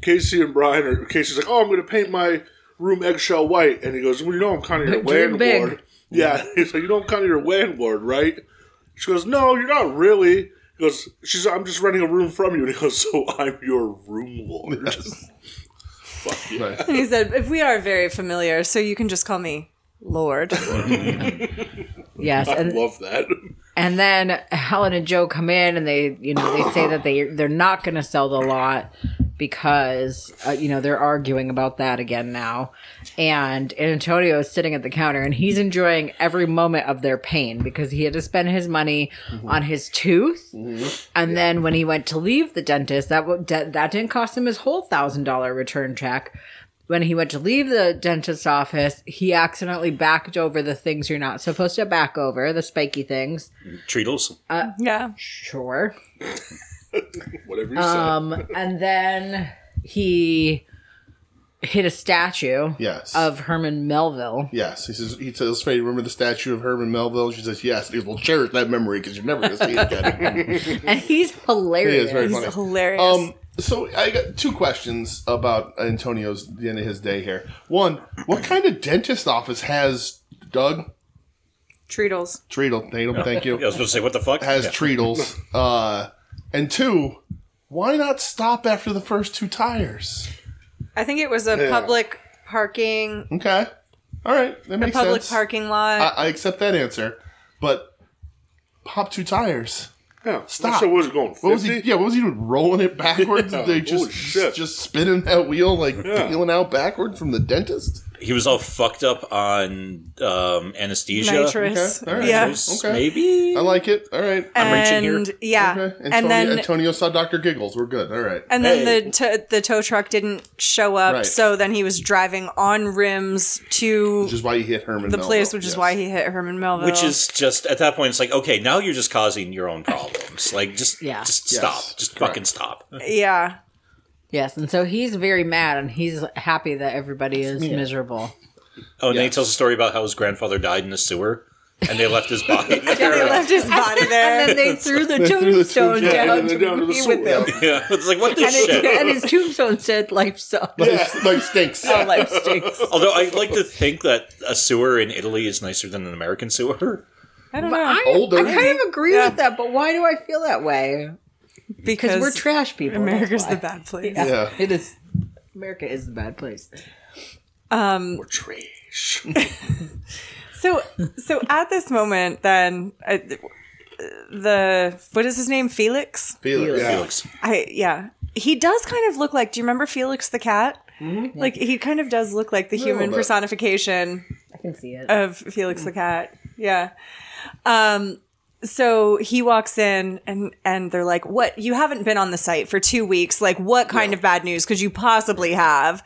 Speaker 4: Casey and Brian are Casey's like, Oh, I'm gonna paint my room eggshell white and he goes, Well, you know I'm kinda your
Speaker 5: Dream big.
Speaker 4: landlord. Yeah. He's like, You know I'm kinda your landlord, right? She goes, No, you're not really He goes, She's I'm just renting a room from you and he goes, So I'm your room lord. Fuck yeah.
Speaker 1: Right.
Speaker 2: and he said, "If we are very familiar, so you can just call me Lord."
Speaker 5: yes,
Speaker 4: I
Speaker 5: and
Speaker 4: love that.
Speaker 5: and then Helen and Joe come in and they you know they say that they they're not going to sell the lot because uh, you know they're arguing about that again now. And Antonio is sitting at the counter and he's enjoying every moment of their pain because he had to spend his money on his tooth. And then when he went to leave the dentist, that w- de- that didn't cost him his whole thousand dollar return check. When he went to leave the dentist's office, he accidentally backed over the things you're not supposed to back over, the spiky things.
Speaker 3: Treadles.
Speaker 2: yeah.
Speaker 5: Sure.
Speaker 4: Whatever you
Speaker 5: Um, and then he hit a statue
Speaker 1: Yes.
Speaker 5: of Herman Melville.
Speaker 1: Yes, he says. He tells Faye, "Remember the statue of Herman Melville?" She says, "Yes." He goes, "Well, cherish that memory because you're never going to see it again."
Speaker 5: And he's hilarious.
Speaker 1: He is very funny.
Speaker 2: He's hilarious.
Speaker 1: Um, so I got two questions about Antonio's the end of his day here. One, what kind of dentist office has Doug
Speaker 2: Treadles.
Speaker 1: Treadle? Tatum, thank
Speaker 3: I
Speaker 1: you.
Speaker 3: was gonna say, what the fuck?
Speaker 1: Has
Speaker 3: Yeah.
Speaker 1: Treadles. Uh, and two, why not stop after the first two tires?
Speaker 2: I think it was a public parking,
Speaker 1: Okay, all right, that
Speaker 2: a
Speaker 1: makes
Speaker 2: public
Speaker 1: sense. Uh,
Speaker 2: parking lot.
Speaker 1: I, I accept that answer, but pop two tires.
Speaker 4: Yeah.
Speaker 1: Stop.
Speaker 4: So what was it going? 50?
Speaker 1: What was he? Yeah, what was he doing? Rolling it backwards?
Speaker 4: Yeah.
Speaker 1: They
Speaker 4: Holy
Speaker 1: just
Speaker 4: shit.
Speaker 1: just spinning that wheel like
Speaker 4: Yeah.
Speaker 1: peeling out backwards from the dentist.
Speaker 3: He was all fucked up on um, anesthesia.
Speaker 2: Nitrous.
Speaker 1: Okay, all right.
Speaker 2: Yeah.
Speaker 3: Nitrous,
Speaker 1: Okay.
Speaker 3: Maybe.
Speaker 1: I like it. All right.
Speaker 3: I'm reaching
Speaker 2: And
Speaker 3: here.
Speaker 2: yeah.
Speaker 1: okay. Antonio,
Speaker 2: And then
Speaker 1: Antonio saw Doctor Giggles. We're good. All right.
Speaker 2: and then
Speaker 3: Hey.
Speaker 2: the to the tow truck didn't show up,
Speaker 1: Right.
Speaker 2: so then he was driving on rims to
Speaker 1: which is why he hit Herman.
Speaker 2: the place,
Speaker 1: Melville,
Speaker 2: which is
Speaker 1: yes.
Speaker 2: why he hit Herman Melville.
Speaker 3: Which is just at that point, it's like okay, now you're just causing your own problems. Like just,
Speaker 5: Yeah.
Speaker 3: just
Speaker 1: Yes,
Speaker 3: stop, just
Speaker 1: correct.
Speaker 3: fucking stop.
Speaker 2: yeah,
Speaker 5: Yes, and so he's very mad, and he's happy that everybody is miserable.
Speaker 3: Oh, and then he
Speaker 1: Yes.
Speaker 3: tells a story about how his grandfather died in a sewer, and they left his body there.
Speaker 2: they left his body there.
Speaker 5: And then they threw the
Speaker 1: threw the
Speaker 5: tombstone
Speaker 1: tombstone
Speaker 5: down
Speaker 4: down
Speaker 5: to
Speaker 4: down to the
Speaker 5: be
Speaker 4: sewer.
Speaker 5: with them.
Speaker 3: yeah, it's like what the
Speaker 5: And,
Speaker 3: shit.
Speaker 5: it, and his tombstone said, "Life sucks."
Speaker 1: Like, like stinks.
Speaker 5: Our life stinks.
Speaker 3: Although I like to think that a sewer in Italy is nicer than an American sewer.
Speaker 2: I don't
Speaker 5: But
Speaker 2: know
Speaker 5: I,
Speaker 1: Older.
Speaker 5: I kind of agree
Speaker 2: Yeah.
Speaker 5: with that, but why do I feel that way?
Speaker 2: because
Speaker 5: Because we're trash people. that's
Speaker 2: America's
Speaker 5: why.
Speaker 2: the bad place.
Speaker 1: Yeah.
Speaker 5: It is. America is the bad place.
Speaker 4: We're trash.
Speaker 2: So, so at this moment, then I, the what is his name? Felix.
Speaker 1: Felix. Yeah.
Speaker 3: Felix.
Speaker 2: I yeah. He does kind of look like. Do you remember Felix the cat?
Speaker 1: Hmm?
Speaker 2: Like he kind of does look like the human
Speaker 1: bit.
Speaker 2: personification
Speaker 5: I can see it.
Speaker 2: of Felix the cat. Yeah. Um. So he walks in and and they're like, "What? You haven't been on the site for two weeks. Like, what kind of bad news could you possibly have?"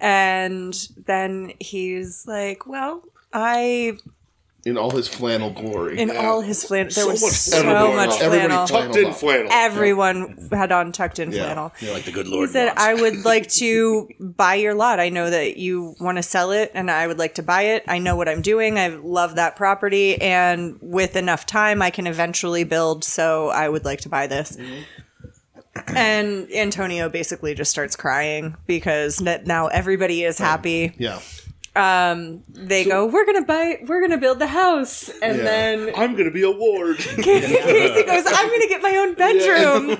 Speaker 2: And then he's like, "Well." I
Speaker 1: In all his flannel glory.
Speaker 2: in all his flannel, there
Speaker 4: So
Speaker 2: was
Speaker 4: much
Speaker 2: so
Speaker 1: Everybody-
Speaker 2: much
Speaker 1: everybody
Speaker 2: flannel.
Speaker 1: tucked
Speaker 4: Tucked in flannel.
Speaker 2: Everyone had on tucked in flannel.
Speaker 1: Yeah.
Speaker 3: Like the good
Speaker 2: He
Speaker 3: Lord.
Speaker 2: said,
Speaker 3: wants.
Speaker 2: I would like to buy your lot. I know that you want to sell it and I would like to buy it. I know what I'm doing. I love that property. And with enough time, I can eventually build. So I would like to buy this.
Speaker 1: Mm-hmm.
Speaker 2: And Antonio basically just starts crying because n- now everybody is happy.
Speaker 1: Yeah.
Speaker 2: They go, We're going to buy, we're going to build the house. And
Speaker 1: Yeah.
Speaker 2: then
Speaker 4: I'm gonna be a ward.
Speaker 2: Casey goes, I'm going to get my own bedroom.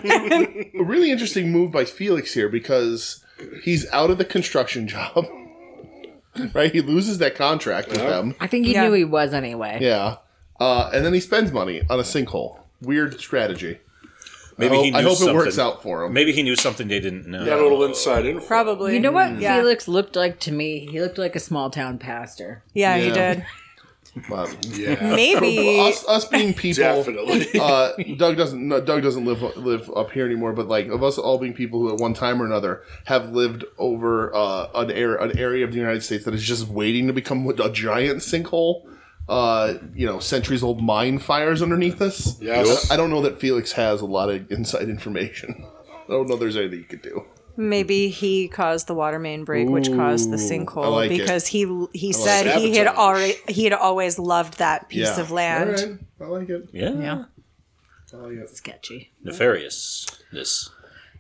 Speaker 1: A really interesting move by Felix here because he's out of the construction job. right? He loses that contract with them.
Speaker 5: I think he
Speaker 2: Yeah.
Speaker 5: knew he was anyway.
Speaker 1: Yeah. Uh, and then he spends money on a sinkhole. Weird strategy.
Speaker 3: Maybe
Speaker 1: I hope,
Speaker 3: he knew
Speaker 1: I hope
Speaker 3: something.
Speaker 1: it works out for him.
Speaker 3: Maybe he knew something they didn't know.
Speaker 4: Got a little inside info.
Speaker 2: Probably.
Speaker 5: You know what
Speaker 2: Yeah.
Speaker 5: Felix looked like to me? He looked like a small town pastor.
Speaker 2: Yeah, he
Speaker 1: Yeah.
Speaker 2: did.
Speaker 1: But
Speaker 4: Yeah.
Speaker 2: Maybe.
Speaker 1: us, us being people,
Speaker 4: Definitely.
Speaker 1: uh, Doug doesn't. No, Doug doesn't live live up here anymore. But like of us all being people who at one time or another have lived over uh, an air an area of the United States that is just waiting to become a giant sinkhole. Uh, you know, centuries old mine fires underneath us.
Speaker 4: Yes.
Speaker 1: I don't know that Felix has a lot of inside information. I don't know there's anything you could do.
Speaker 2: Maybe he caused the water main break, which caused the
Speaker 1: Ooh,
Speaker 2: sinkhole
Speaker 1: I like it.
Speaker 2: because he he said
Speaker 4: it.
Speaker 2: he had
Speaker 4: Sabotage.
Speaker 2: already he had always loved that piece
Speaker 1: yeah.
Speaker 2: of land.
Speaker 1: All right. I like it.
Speaker 3: Yeah.
Speaker 1: I like it.
Speaker 5: Sketchy.
Speaker 3: Nefarious. This.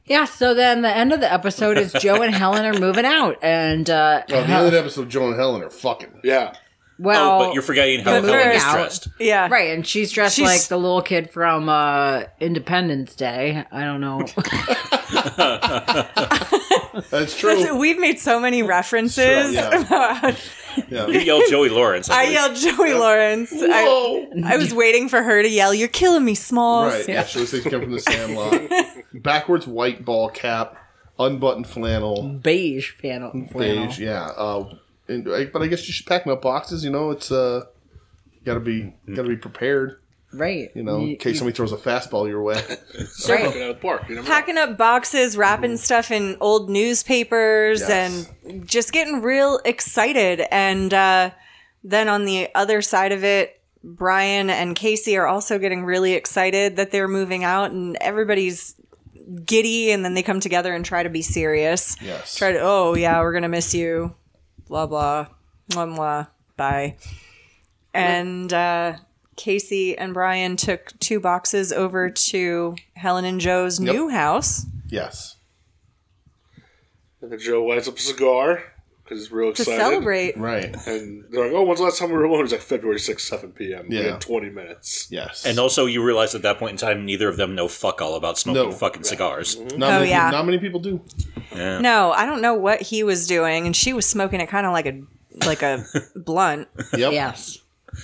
Speaker 5: Yeah, so then the end of the episode is Joe and Helen are moving out. And, uh,
Speaker 1: Oh, the other episode, Joe and Helen are fucking.
Speaker 4: yeah.
Speaker 5: well.
Speaker 3: Oh, but you're forgetting how
Speaker 2: But
Speaker 3: Helen is
Speaker 5: first-
Speaker 3: dressed.
Speaker 2: Yeah,
Speaker 5: Right, and she's dressed
Speaker 2: She's-
Speaker 5: like the little kid from uh, Independence Day. I don't know.
Speaker 1: That's
Speaker 2: That's-
Speaker 1: true.
Speaker 2: We've made so many references.
Speaker 1: Sure,
Speaker 3: You
Speaker 1: Yeah.
Speaker 3: yelled Joey Lawrence. I,
Speaker 2: I
Speaker 3: believe.
Speaker 2: yelled Joey Lawrence. I,
Speaker 1: Whoa.
Speaker 2: I was waiting for her to yell, "You're killing me, Smalls."
Speaker 1: Right. Yeah. Those things come from the Sandlot. Backwards white ball cap, unbuttoned flannel,
Speaker 5: beige flannel. flannel.
Speaker 1: beige. Yeah. Uh, and, I- but I guess you should pack up boxes. You know, it's uh, you gotta be gotta be prepared.
Speaker 5: Right.
Speaker 1: You know, in case somebody throws a fastball your way.
Speaker 5: Right.
Speaker 4: Fucking out of the park. You know?
Speaker 2: Packing up boxes, wrapping stuff in old newspapers,
Speaker 1: Yes.
Speaker 2: and just getting real excited. And uh, then on the other side of it, Brian and Casey are also getting really excited that they're moving out, and everybody's giddy. And then they come together and try to be serious.
Speaker 1: Yes.
Speaker 2: Try to, oh, yeah, we're going to miss you. Blah, blah, blah, blah. Bye. And uh, Casey and Brian took two boxes over to Helen and Joe's new house
Speaker 1: yes.
Speaker 4: And then Joe lights up a cigar because he's real
Speaker 2: to
Speaker 4: excited.
Speaker 2: celebrate.
Speaker 1: Right.
Speaker 4: And they're like, "Oh, when's the last time we were alone?" He's like, "February 6th, 7 p.m. We
Speaker 1: Yeah.
Speaker 4: had 20 minutes."
Speaker 1: Yes.
Speaker 3: And also, you realize at that point in time, neither of them know fuck all about smoking
Speaker 1: No.
Speaker 3: fucking cigars.
Speaker 1: not
Speaker 2: Oh,
Speaker 1: many,
Speaker 2: yeah.
Speaker 1: Not many people do.
Speaker 2: No, I don't know what he was doing, and she was smoking it kind of like a like a blunt.
Speaker 1: Yep.
Speaker 5: Yes.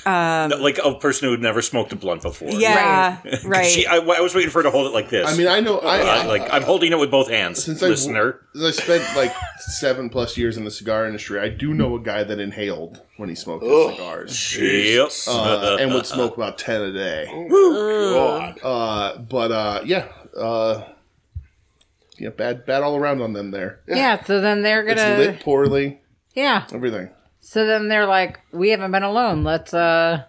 Speaker 3: like a person who had never smoked a blunt before.
Speaker 2: Um, Yeah, right.
Speaker 3: 'Cause She, I, I was waiting for her to hold it like this.
Speaker 1: I mean, I know. I,
Speaker 3: Uh,
Speaker 1: I-
Speaker 3: like I'm holding it with both hands,
Speaker 1: since I-
Speaker 3: listener.
Speaker 1: since I spent like seven plus years in the cigar industry, I do know a guy that inhaled when he smoked his cigars
Speaker 3: Yep.
Speaker 1: uh, and would smoke about ten a day.
Speaker 4: God.
Speaker 1: Uh, but uh, yeah, uh, yeah, bad, bad all around on them there.
Speaker 5: Yeah, so then they're
Speaker 1: It's
Speaker 5: gonna
Speaker 1: lit poorly.
Speaker 5: Yeah.
Speaker 1: Everything.
Speaker 5: So then they're like, We haven't been alone, let's uh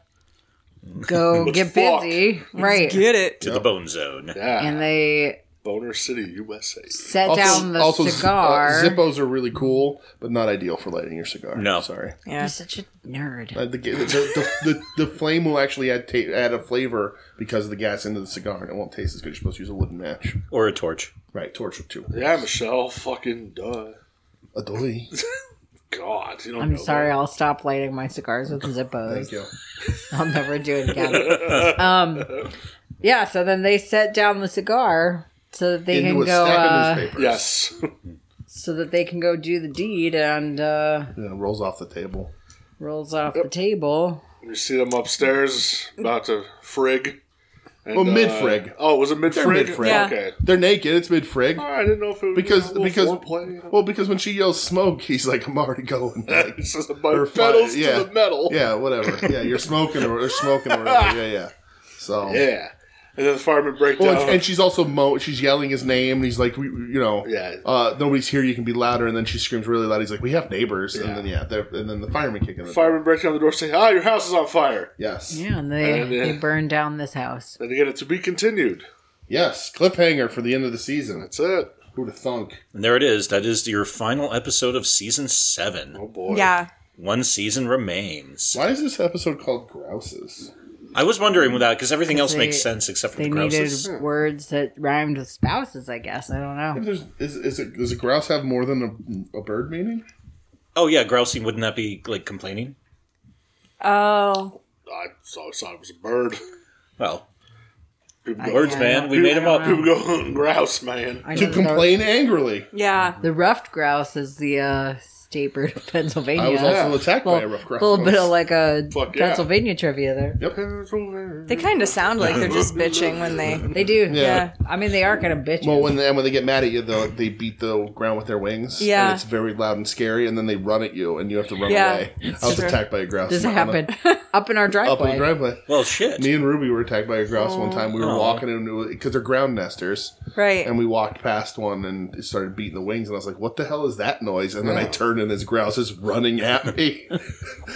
Speaker 5: go get
Speaker 4: fuck.
Speaker 5: busy. Right.
Speaker 2: Get it.
Speaker 3: to the bone zone.
Speaker 4: yeah.
Speaker 5: and they
Speaker 4: Boner City, USA.
Speaker 5: set down the
Speaker 1: z-
Speaker 5: cigar.
Speaker 1: uh, Zippos are really cool, but not ideal for lighting your cigar.
Speaker 3: No.
Speaker 1: sorry.
Speaker 5: You're such a nerd.
Speaker 1: Uh, the, ga- the, the, the, the flame will actually add, ta- add a flavor because of the gas into the cigar, and it won't taste as good. You're supposed to use a wooden match,
Speaker 3: Or a torch.
Speaker 1: right? Torch too.
Speaker 4: Yeah, Michelle, fucking duh.
Speaker 1: Adoy.
Speaker 4: God, you don't
Speaker 5: I'm
Speaker 4: know
Speaker 5: sorry, I'll stop lighting my cigars with Zippos.
Speaker 1: Thank you.
Speaker 5: I'll never do it again. um, yeah, so then they set down the cigar so that they
Speaker 1: Into
Speaker 5: can
Speaker 1: a
Speaker 5: go
Speaker 1: stack of
Speaker 5: uh,
Speaker 1: newspapers.
Speaker 4: that. Yes.
Speaker 5: so that they can go do the deed and uh,
Speaker 1: Yeah, rolls off the table.
Speaker 5: rolls off the table.
Speaker 4: you see them upstairs, about to frig. And,
Speaker 1: Well, mid-frig.
Speaker 4: Oh, was it mid frig?
Speaker 1: mid-frig.
Speaker 2: Yeah.
Speaker 4: Okay.
Speaker 1: They're naked. It's mid frig.
Speaker 4: Oh, I didn't know if it was
Speaker 1: Because
Speaker 4: you know, a
Speaker 1: because
Speaker 4: little foreplay, you know?
Speaker 1: well because when she yells smoke, he's like I'm already going. Like,
Speaker 4: It's just
Speaker 1: or
Speaker 4: about
Speaker 1: fi-
Speaker 4: pedals
Speaker 1: yeah.
Speaker 4: to the metal.
Speaker 1: Yeah, whatever. Yeah, you're smoking or, or smoking or whatever. Yeah, yeah. So
Speaker 4: Yeah. And then the firemen break
Speaker 1: Well,
Speaker 4: down.
Speaker 1: and, and she's also mo- she's yelling his name, and he's like, we, we- you know,
Speaker 4: Yeah.
Speaker 1: uh, nobody's here. You can be louder, and then she screams really loud. He's like, we have neighbors, and then yeah, they're- and then the firemen kick in the
Speaker 4: firemen break down the door saying, ah, your house is on fire.
Speaker 1: Yes,
Speaker 5: Yeah, and they,
Speaker 4: And, uh,
Speaker 5: they burn down this house.
Speaker 4: And again, it's to be continued.
Speaker 1: yes, cliffhanger for the end of the season.
Speaker 4: That's it.
Speaker 1: Who'd have thunk?
Speaker 3: And there it is. That is your final episode of season
Speaker 4: Oh,
Speaker 3: seven.
Speaker 4: boy.
Speaker 2: Yeah.
Speaker 3: One season remains.
Speaker 1: Why is this episode called Grouses?
Speaker 3: I was wondering with that because everything else
Speaker 5: they-
Speaker 3: makes sense except for
Speaker 5: They
Speaker 3: the
Speaker 5: needed
Speaker 3: grouses.
Speaker 1: Hmm.
Speaker 5: words that rhymed with spouses, I guess. I don't know.
Speaker 1: There's, is, is it, does a grouse have more than a, a bird meaning?
Speaker 3: Oh yeah, grousing wouldn't that be like complaining?
Speaker 2: Oh.
Speaker 4: I saw, saw it was a bird.
Speaker 3: Well,
Speaker 4: People go,
Speaker 3: birds,
Speaker 5: yeah,
Speaker 3: man.
Speaker 5: yeah.
Speaker 3: We made them up.
Speaker 4: people go grouse, man.
Speaker 5: I know
Speaker 1: To
Speaker 5: the-
Speaker 1: complain angrily.
Speaker 2: Yeah.
Speaker 5: The ruffed grouse is the uh, state bird of Pennsylvania.
Speaker 1: I was also attacked by a rough
Speaker 5: a
Speaker 1: grouse.
Speaker 5: little bit of like a
Speaker 4: Fuck yeah.
Speaker 5: Pennsylvania trivia there.
Speaker 2: They kind of sound like they're just bitching when they.
Speaker 5: They do.
Speaker 1: Yeah.
Speaker 5: I mean, they are kind of bitches.
Speaker 1: Well, when they, when they get mad at you, though, they beat the ground with their wings.
Speaker 2: Yeah.
Speaker 1: and it's very loud and scary, and then they run at you, and you have to run
Speaker 2: Yeah,
Speaker 1: away.
Speaker 2: it's
Speaker 1: I was
Speaker 2: true.
Speaker 1: attacked by a grouse.
Speaker 5: this
Speaker 1: on a-
Speaker 5: happened up in our driveway.
Speaker 1: Up in the driveway.
Speaker 3: Well, shit.
Speaker 1: Me and Ruby were attacked by a grouse one time. We were walking in because they're ground nesters,
Speaker 2: Right.
Speaker 1: and we walked past one and it started beating the wings. And I was like, "What the hell is that noise?" And then I turned and this grouse is running at me.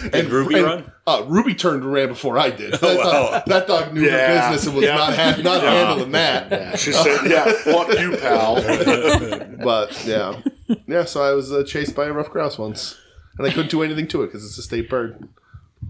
Speaker 3: Did Ruby run?
Speaker 1: Uh, Ruby turned and ran before I did. That, dog, that dog knew her
Speaker 4: Yeah.
Speaker 1: business and was not ha- not handling that.
Speaker 4: She said, yeah, fuck you, pal.
Speaker 1: But yeah, yeah. So I was uh, chased by a rough grouse once, and I couldn't do anything to it because it's a state bird.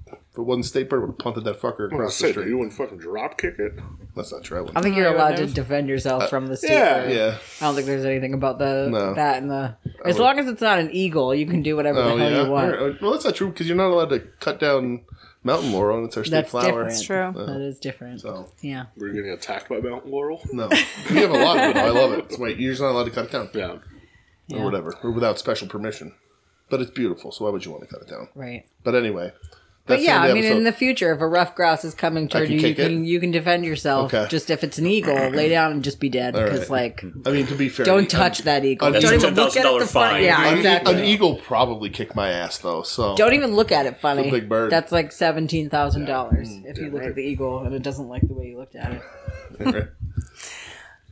Speaker 1: If it wasn't a state bird, would have punted that fucker
Speaker 4: I
Speaker 1: across the
Speaker 4: said, you
Speaker 1: street.
Speaker 4: wouldn't fucking drop kick it.
Speaker 1: That's not true. I
Speaker 5: I
Speaker 1: wouldn't.
Speaker 5: think you're allowed to defend yourself from the state
Speaker 4: yeah.
Speaker 5: bird.
Speaker 1: Uh, Yeah.
Speaker 5: I don't think there's anything about the
Speaker 1: No.
Speaker 5: that and the. As long as it's not an eagle, you can do whatever
Speaker 1: Oh
Speaker 5: the hell
Speaker 1: yeah.
Speaker 5: you want.
Speaker 1: Or- or- Well, that's not true because you're not allowed to cut down mountain laurel, and it's our state
Speaker 5: That's
Speaker 1: flower.
Speaker 5: different. That's
Speaker 2: True.
Speaker 5: That is different.
Speaker 1: So
Speaker 5: Yeah.
Speaker 4: Were you getting attacked by Mountain Laurel?
Speaker 1: no, we have a lot of it. I love it. It's wait, you're just not allowed to cut it down
Speaker 4: Yeah.
Speaker 1: or whatever, or without special permission. But it's beautiful, so why would you want to cut it down?
Speaker 5: Right.
Speaker 1: But anyway,
Speaker 5: But
Speaker 1: that's
Speaker 5: yeah,
Speaker 1: the end
Speaker 5: I
Speaker 1: of
Speaker 5: mean, in the
Speaker 1: episode.
Speaker 5: future, if a rough grouse is coming toward
Speaker 1: can
Speaker 5: you, you
Speaker 1: kick it?
Speaker 5: can you can defend yourself.
Speaker 1: Okay.
Speaker 5: Just if it's an eagle, lay down and just be dead because like
Speaker 1: I mean, to be fair,
Speaker 5: don't
Speaker 1: an-
Speaker 5: touch that eagle.
Speaker 1: an
Speaker 5: Don't
Speaker 1: eagle-
Speaker 5: even look at it. The
Speaker 3: $10,000
Speaker 5: fun-
Speaker 3: fine.
Speaker 5: yeah,
Speaker 1: an,
Speaker 5: exactly.
Speaker 1: an eagle probably kicked my ass though. So
Speaker 5: don't even look at it funny.
Speaker 1: It's a big bird.
Speaker 5: That's like seventeen thousand dollars if you look
Speaker 4: right.
Speaker 5: at the eagle and it doesn't like the way you looked at it.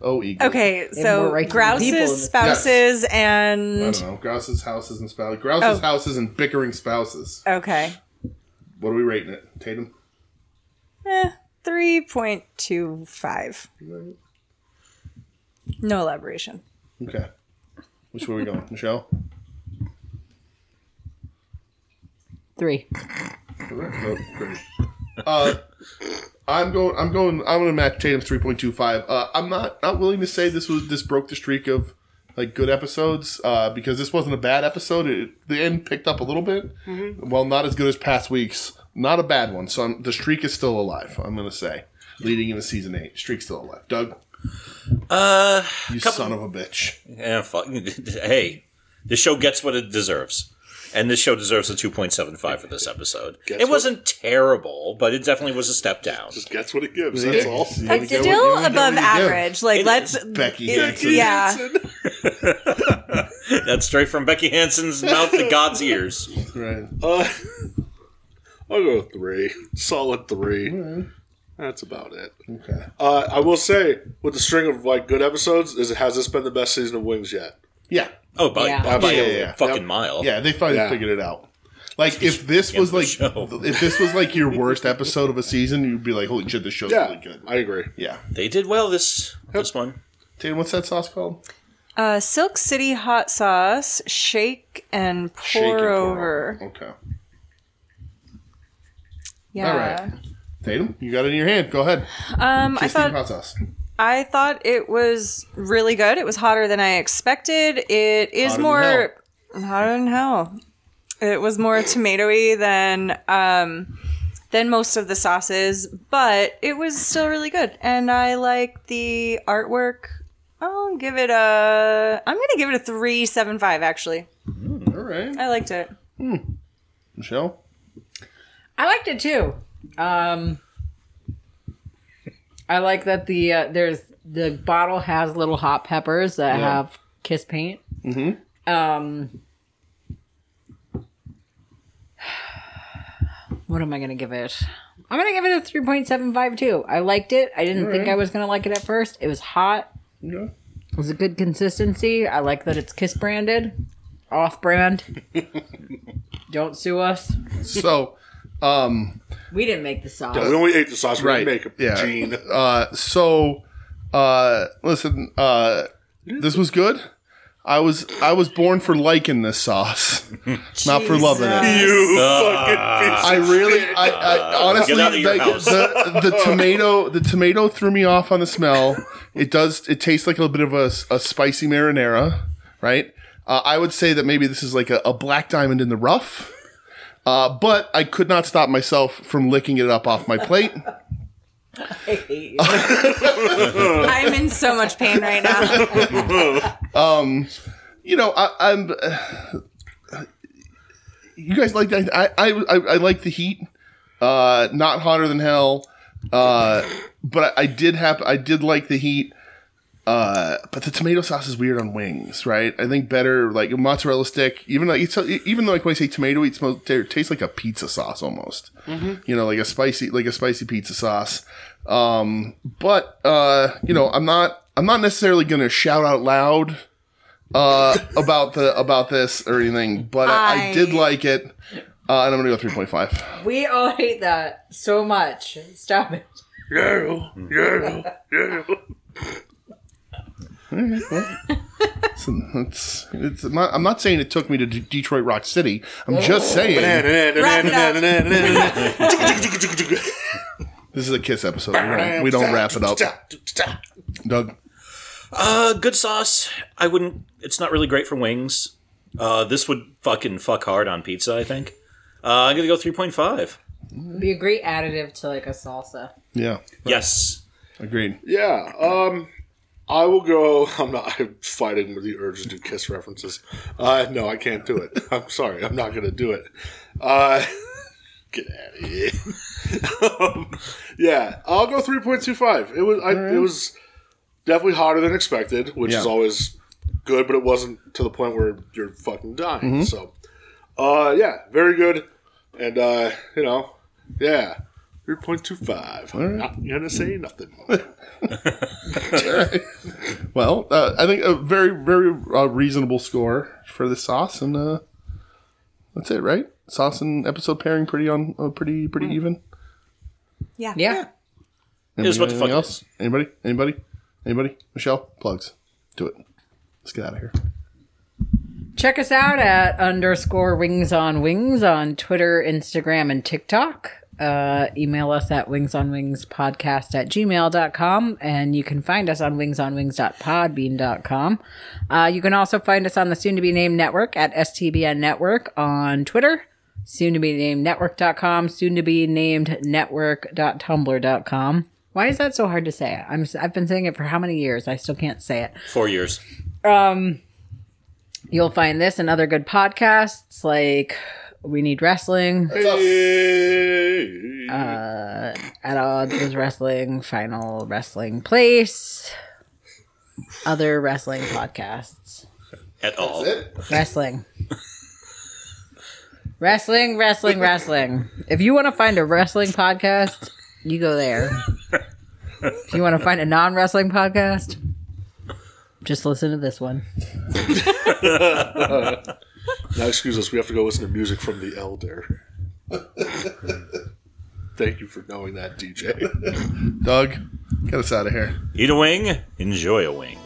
Speaker 1: oh, eagle.
Speaker 2: Okay,
Speaker 5: more
Speaker 2: so
Speaker 5: right to people in
Speaker 2: grouses,
Speaker 5: this-
Speaker 2: spouses,
Speaker 1: I
Speaker 2: and
Speaker 1: don't know. Grouses, houses, and spouses. Grouses,
Speaker 2: Oh.
Speaker 1: houses, and bickering spouses.
Speaker 2: okay,
Speaker 1: What are we rating it? Tatum.
Speaker 2: eh, three point two five. No elaboration.
Speaker 1: Okay. Which way are we going, Michelle?
Speaker 5: Three.
Speaker 1: Oh, great. Uh, I'm going. I'm going. I'm going to match Tatum's 3.25. Uh, I'm not not willing to say this was this broke the streak of like good episodes uh, because this wasn't a bad episode. It, the end picked up a little bit.
Speaker 2: Mm-hmm.
Speaker 1: Well, not as good as past weeks. Not a bad one. So I'm, the streak is still alive. I'm going to say leading into season eight, streak's still alive. Doug,
Speaker 3: Uh,
Speaker 1: you son of a bitch.
Speaker 3: yeah, fuck. hey, the show gets what it deserves. And this show deserves a 2.75 for this episode. it
Speaker 4: what-
Speaker 3: wasn't terrible, but it definitely was a step down.
Speaker 4: Just gets what it gives. That's all.
Speaker 2: That's still above average. Like,
Speaker 3: It
Speaker 2: let's.
Speaker 1: Becky
Speaker 2: it-
Speaker 1: Hansen.
Speaker 2: yeah.
Speaker 3: That's straight from Becky Hansen's mouth to God's ears.
Speaker 1: Right.
Speaker 4: Uh, I'll go with three. Solid 3 That's about it.
Speaker 1: Okay.
Speaker 4: Uh, I will say, with the string of like good episodes, is has this been the best season of Wings yet?
Speaker 1: Yeah.
Speaker 3: Oh, by,
Speaker 5: Yeah.
Speaker 3: by, by
Speaker 1: Yeah,
Speaker 3: a
Speaker 1: yeah, yeah.
Speaker 3: fucking
Speaker 4: Yep.
Speaker 3: mile.
Speaker 1: Yeah, they finally
Speaker 4: Yeah.
Speaker 1: figured it out. Like if this was
Speaker 3: the
Speaker 1: like
Speaker 3: show.
Speaker 1: if this was like your worst episode of a season, you'd be like, "Holy shit, this show's
Speaker 4: Yeah,
Speaker 1: really good."
Speaker 4: I agree.
Speaker 1: Yeah.
Speaker 3: They did well this this one.
Speaker 1: Dude, what's that sauce called?
Speaker 2: Uh, Silk City hot sauce, shake and pour,
Speaker 1: Shake and pour
Speaker 2: over.
Speaker 1: Okay.
Speaker 2: Yeah.
Speaker 1: All right. Tatum, you got it in your hand. Go ahead.
Speaker 2: Um, I
Speaker 1: Kiss the
Speaker 2: thought
Speaker 1: hot sauce.
Speaker 2: I thought it was really good. It was hotter than I expected. It is
Speaker 1: Hotter than
Speaker 2: more hotter than hell. It was more tomatoey than um, than most of the sauces, but it was still really good. And I like the artwork. I'll give it a. I'm gonna give it a three seven five. Actually,
Speaker 1: All right.
Speaker 2: I liked it.
Speaker 1: Michelle?
Speaker 5: I liked it too. Um, I like that the uh, there's the bottle has little hot peppers that
Speaker 1: Yeah.
Speaker 5: have kiss paint. Um, Mm-hmm. Um, what am I gonna give it? I'm gonna give it a three point seven five too. I liked it. I didn't think I was gonna like it at first. It was hot.
Speaker 1: Yeah.
Speaker 5: It was a good consistency. I like that it's kiss branded, off brand. Don't sue us.
Speaker 1: So, um,
Speaker 5: We didn't make the sauce.
Speaker 4: We only ate the sauce. We
Speaker 1: Right.
Speaker 4: didn't make it.
Speaker 1: Yeah.
Speaker 4: Gene.
Speaker 1: uh, so, uh, listen, uh, this was good. I was I was born for liking this sauce, not for loving it.
Speaker 4: You
Speaker 3: Uh,
Speaker 4: fucking piece.
Speaker 1: I really, I, I honestly,
Speaker 3: Get out of your
Speaker 1: the,
Speaker 3: house.
Speaker 1: the, the tomato, the tomato threw me off on the smell. It does, it tastes like a little bit of a, s- a spicy marinara, right? Uh, I would say that maybe this is like a, a black diamond in the rough, uh, but I could not stop myself from licking it up off my plate.
Speaker 2: I'm in so much pain right now.
Speaker 1: You know, I, I'm. uh, you guys like that? I, I, I, I like the heat. Uh, not hotter than hell. Uh, but I, I did have I did like the heat. Uh, but the tomato sauce is weird on wings, right? I think better like a mozzarella stick. Even like it's e, even like when I say tomato, it smells it tastes like a pizza sauce almost. You know, like a spicy like a spicy pizza sauce. Um, but uh, you know, I'm not I'm not necessarily gonna shout out loud uh about the about this or anything, but I, I did
Speaker 2: I-
Speaker 1: like it. Uh, and I'm gonna go 3.5.
Speaker 5: We all hate that so much. Stop it.
Speaker 4: Yeah, yeah, yeah.
Speaker 1: It's, it's I'm not, I'm not saying it took me to D- Detroit Rock City. I'm just saying this is a Kiss episode. We don't, we don't wrap it up. Doug,
Speaker 3: Uh, good sauce. I wouldn't. It's not really great for wings. Uh, this would fucking fuck hard on pizza. I think. Uh, I'm gonna go 3.5.
Speaker 5: Be a great additive to like a salsa.
Speaker 1: yeah,
Speaker 3: Yes.
Speaker 1: agreed.
Speaker 4: Yeah. Um, I will go. I'm not. I'm fighting with the urge to do kiss references. Uh, no, I can't do it. I'm sorry. I'm not going to do it. Uh, get out of here. um, yeah, I'll go 3.25. It was. I, It was definitely hotter than expected, which is
Speaker 1: Yeah.
Speaker 4: always good, but it wasn't to the point where you're fucking dying. So, uh, yeah, very good. And uh, you know, yeah, 3.25. I'm not gonna say nothing. more.
Speaker 1: Well, uh, I think a very very uh, reasonable score for the sauce, and uh, that's it, right? Sauce and episode pairing pretty on uh, pretty pretty
Speaker 3: Hmm.
Speaker 1: even.
Speaker 2: Yeah.
Speaker 5: Yeah.
Speaker 1: Anybody
Speaker 3: was what
Speaker 1: got
Speaker 3: the fuck
Speaker 1: anything else? Anybody? Anybody? Anybody? Michelle, plugs. Do it. Let's get out of here.
Speaker 5: Check us out at underscore wings on wings on Twitter, Instagram, and TikTok. Uh, email us at wings on wings podcast at gmail.com and you can find us on wings on wings.podbean.com. Uh, you can also find us on the soon to be named network at STBN network on Twitter, soon to be named network.com, soon to be named network.tumblr.com. Why is that so hard to say? I'm, s- I've been saying it for how many years? I still can't say it.
Speaker 3: Four years.
Speaker 5: You'll find this and other good podcasts like We Need Wrestling,
Speaker 4: Hey.
Speaker 5: At Odds with Wrestling, Final Wrestling Place, other wrestling podcasts.
Speaker 3: at all.
Speaker 5: Wrestling. wrestling, wrestling, wrestling. If you want to find a wrestling podcast, you go there. If you want to find a non wrestling podcast, just listen to this one.
Speaker 4: Now, excuse us, we have to go listen to music from The Elder. Thank you for knowing that, DJ.
Speaker 1: Doug, get us out of here.
Speaker 3: Eat a wing, enjoy a wing.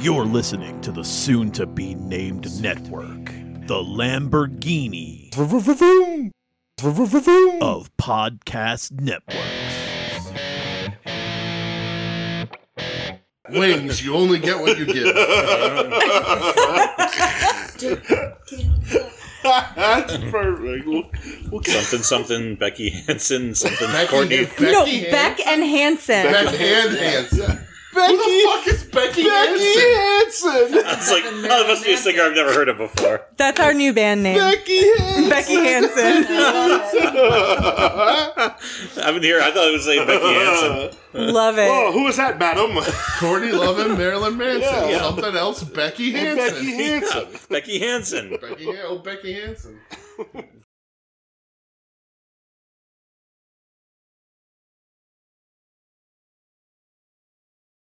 Speaker 6: You're listening to the soon to be named network, the Lamborghini of Podcast Networks.
Speaker 1: Wings, you only get what you give.
Speaker 4: That's perfect. We'll, we'll get
Speaker 3: Something, something, Becky Hansen, something,
Speaker 1: Becky,
Speaker 3: Courtney.
Speaker 1: Becky
Speaker 2: No,
Speaker 1: Hansen.
Speaker 2: Beck and Hansen.
Speaker 1: Beck and Hansen. Becky, Who the fuck is Becky, Hansen?
Speaker 4: Hansen.
Speaker 3: It's like, oh, that must be a singer I've never heard of before.
Speaker 2: That's our new band name.
Speaker 1: Becky Hansen.
Speaker 2: Becky Hansen.
Speaker 3: I've been here, I thought it was like Becky Hansen.
Speaker 2: Love it.
Speaker 4: Oh, who is that, madam?
Speaker 1: Courtney Love and Marilyn Manson.
Speaker 4: Yeah.
Speaker 1: Something else, Becky Hansen.
Speaker 4: Becky Hansen.
Speaker 3: Becky Hansen.
Speaker 1: Becky Han- oh, Becky Hansen.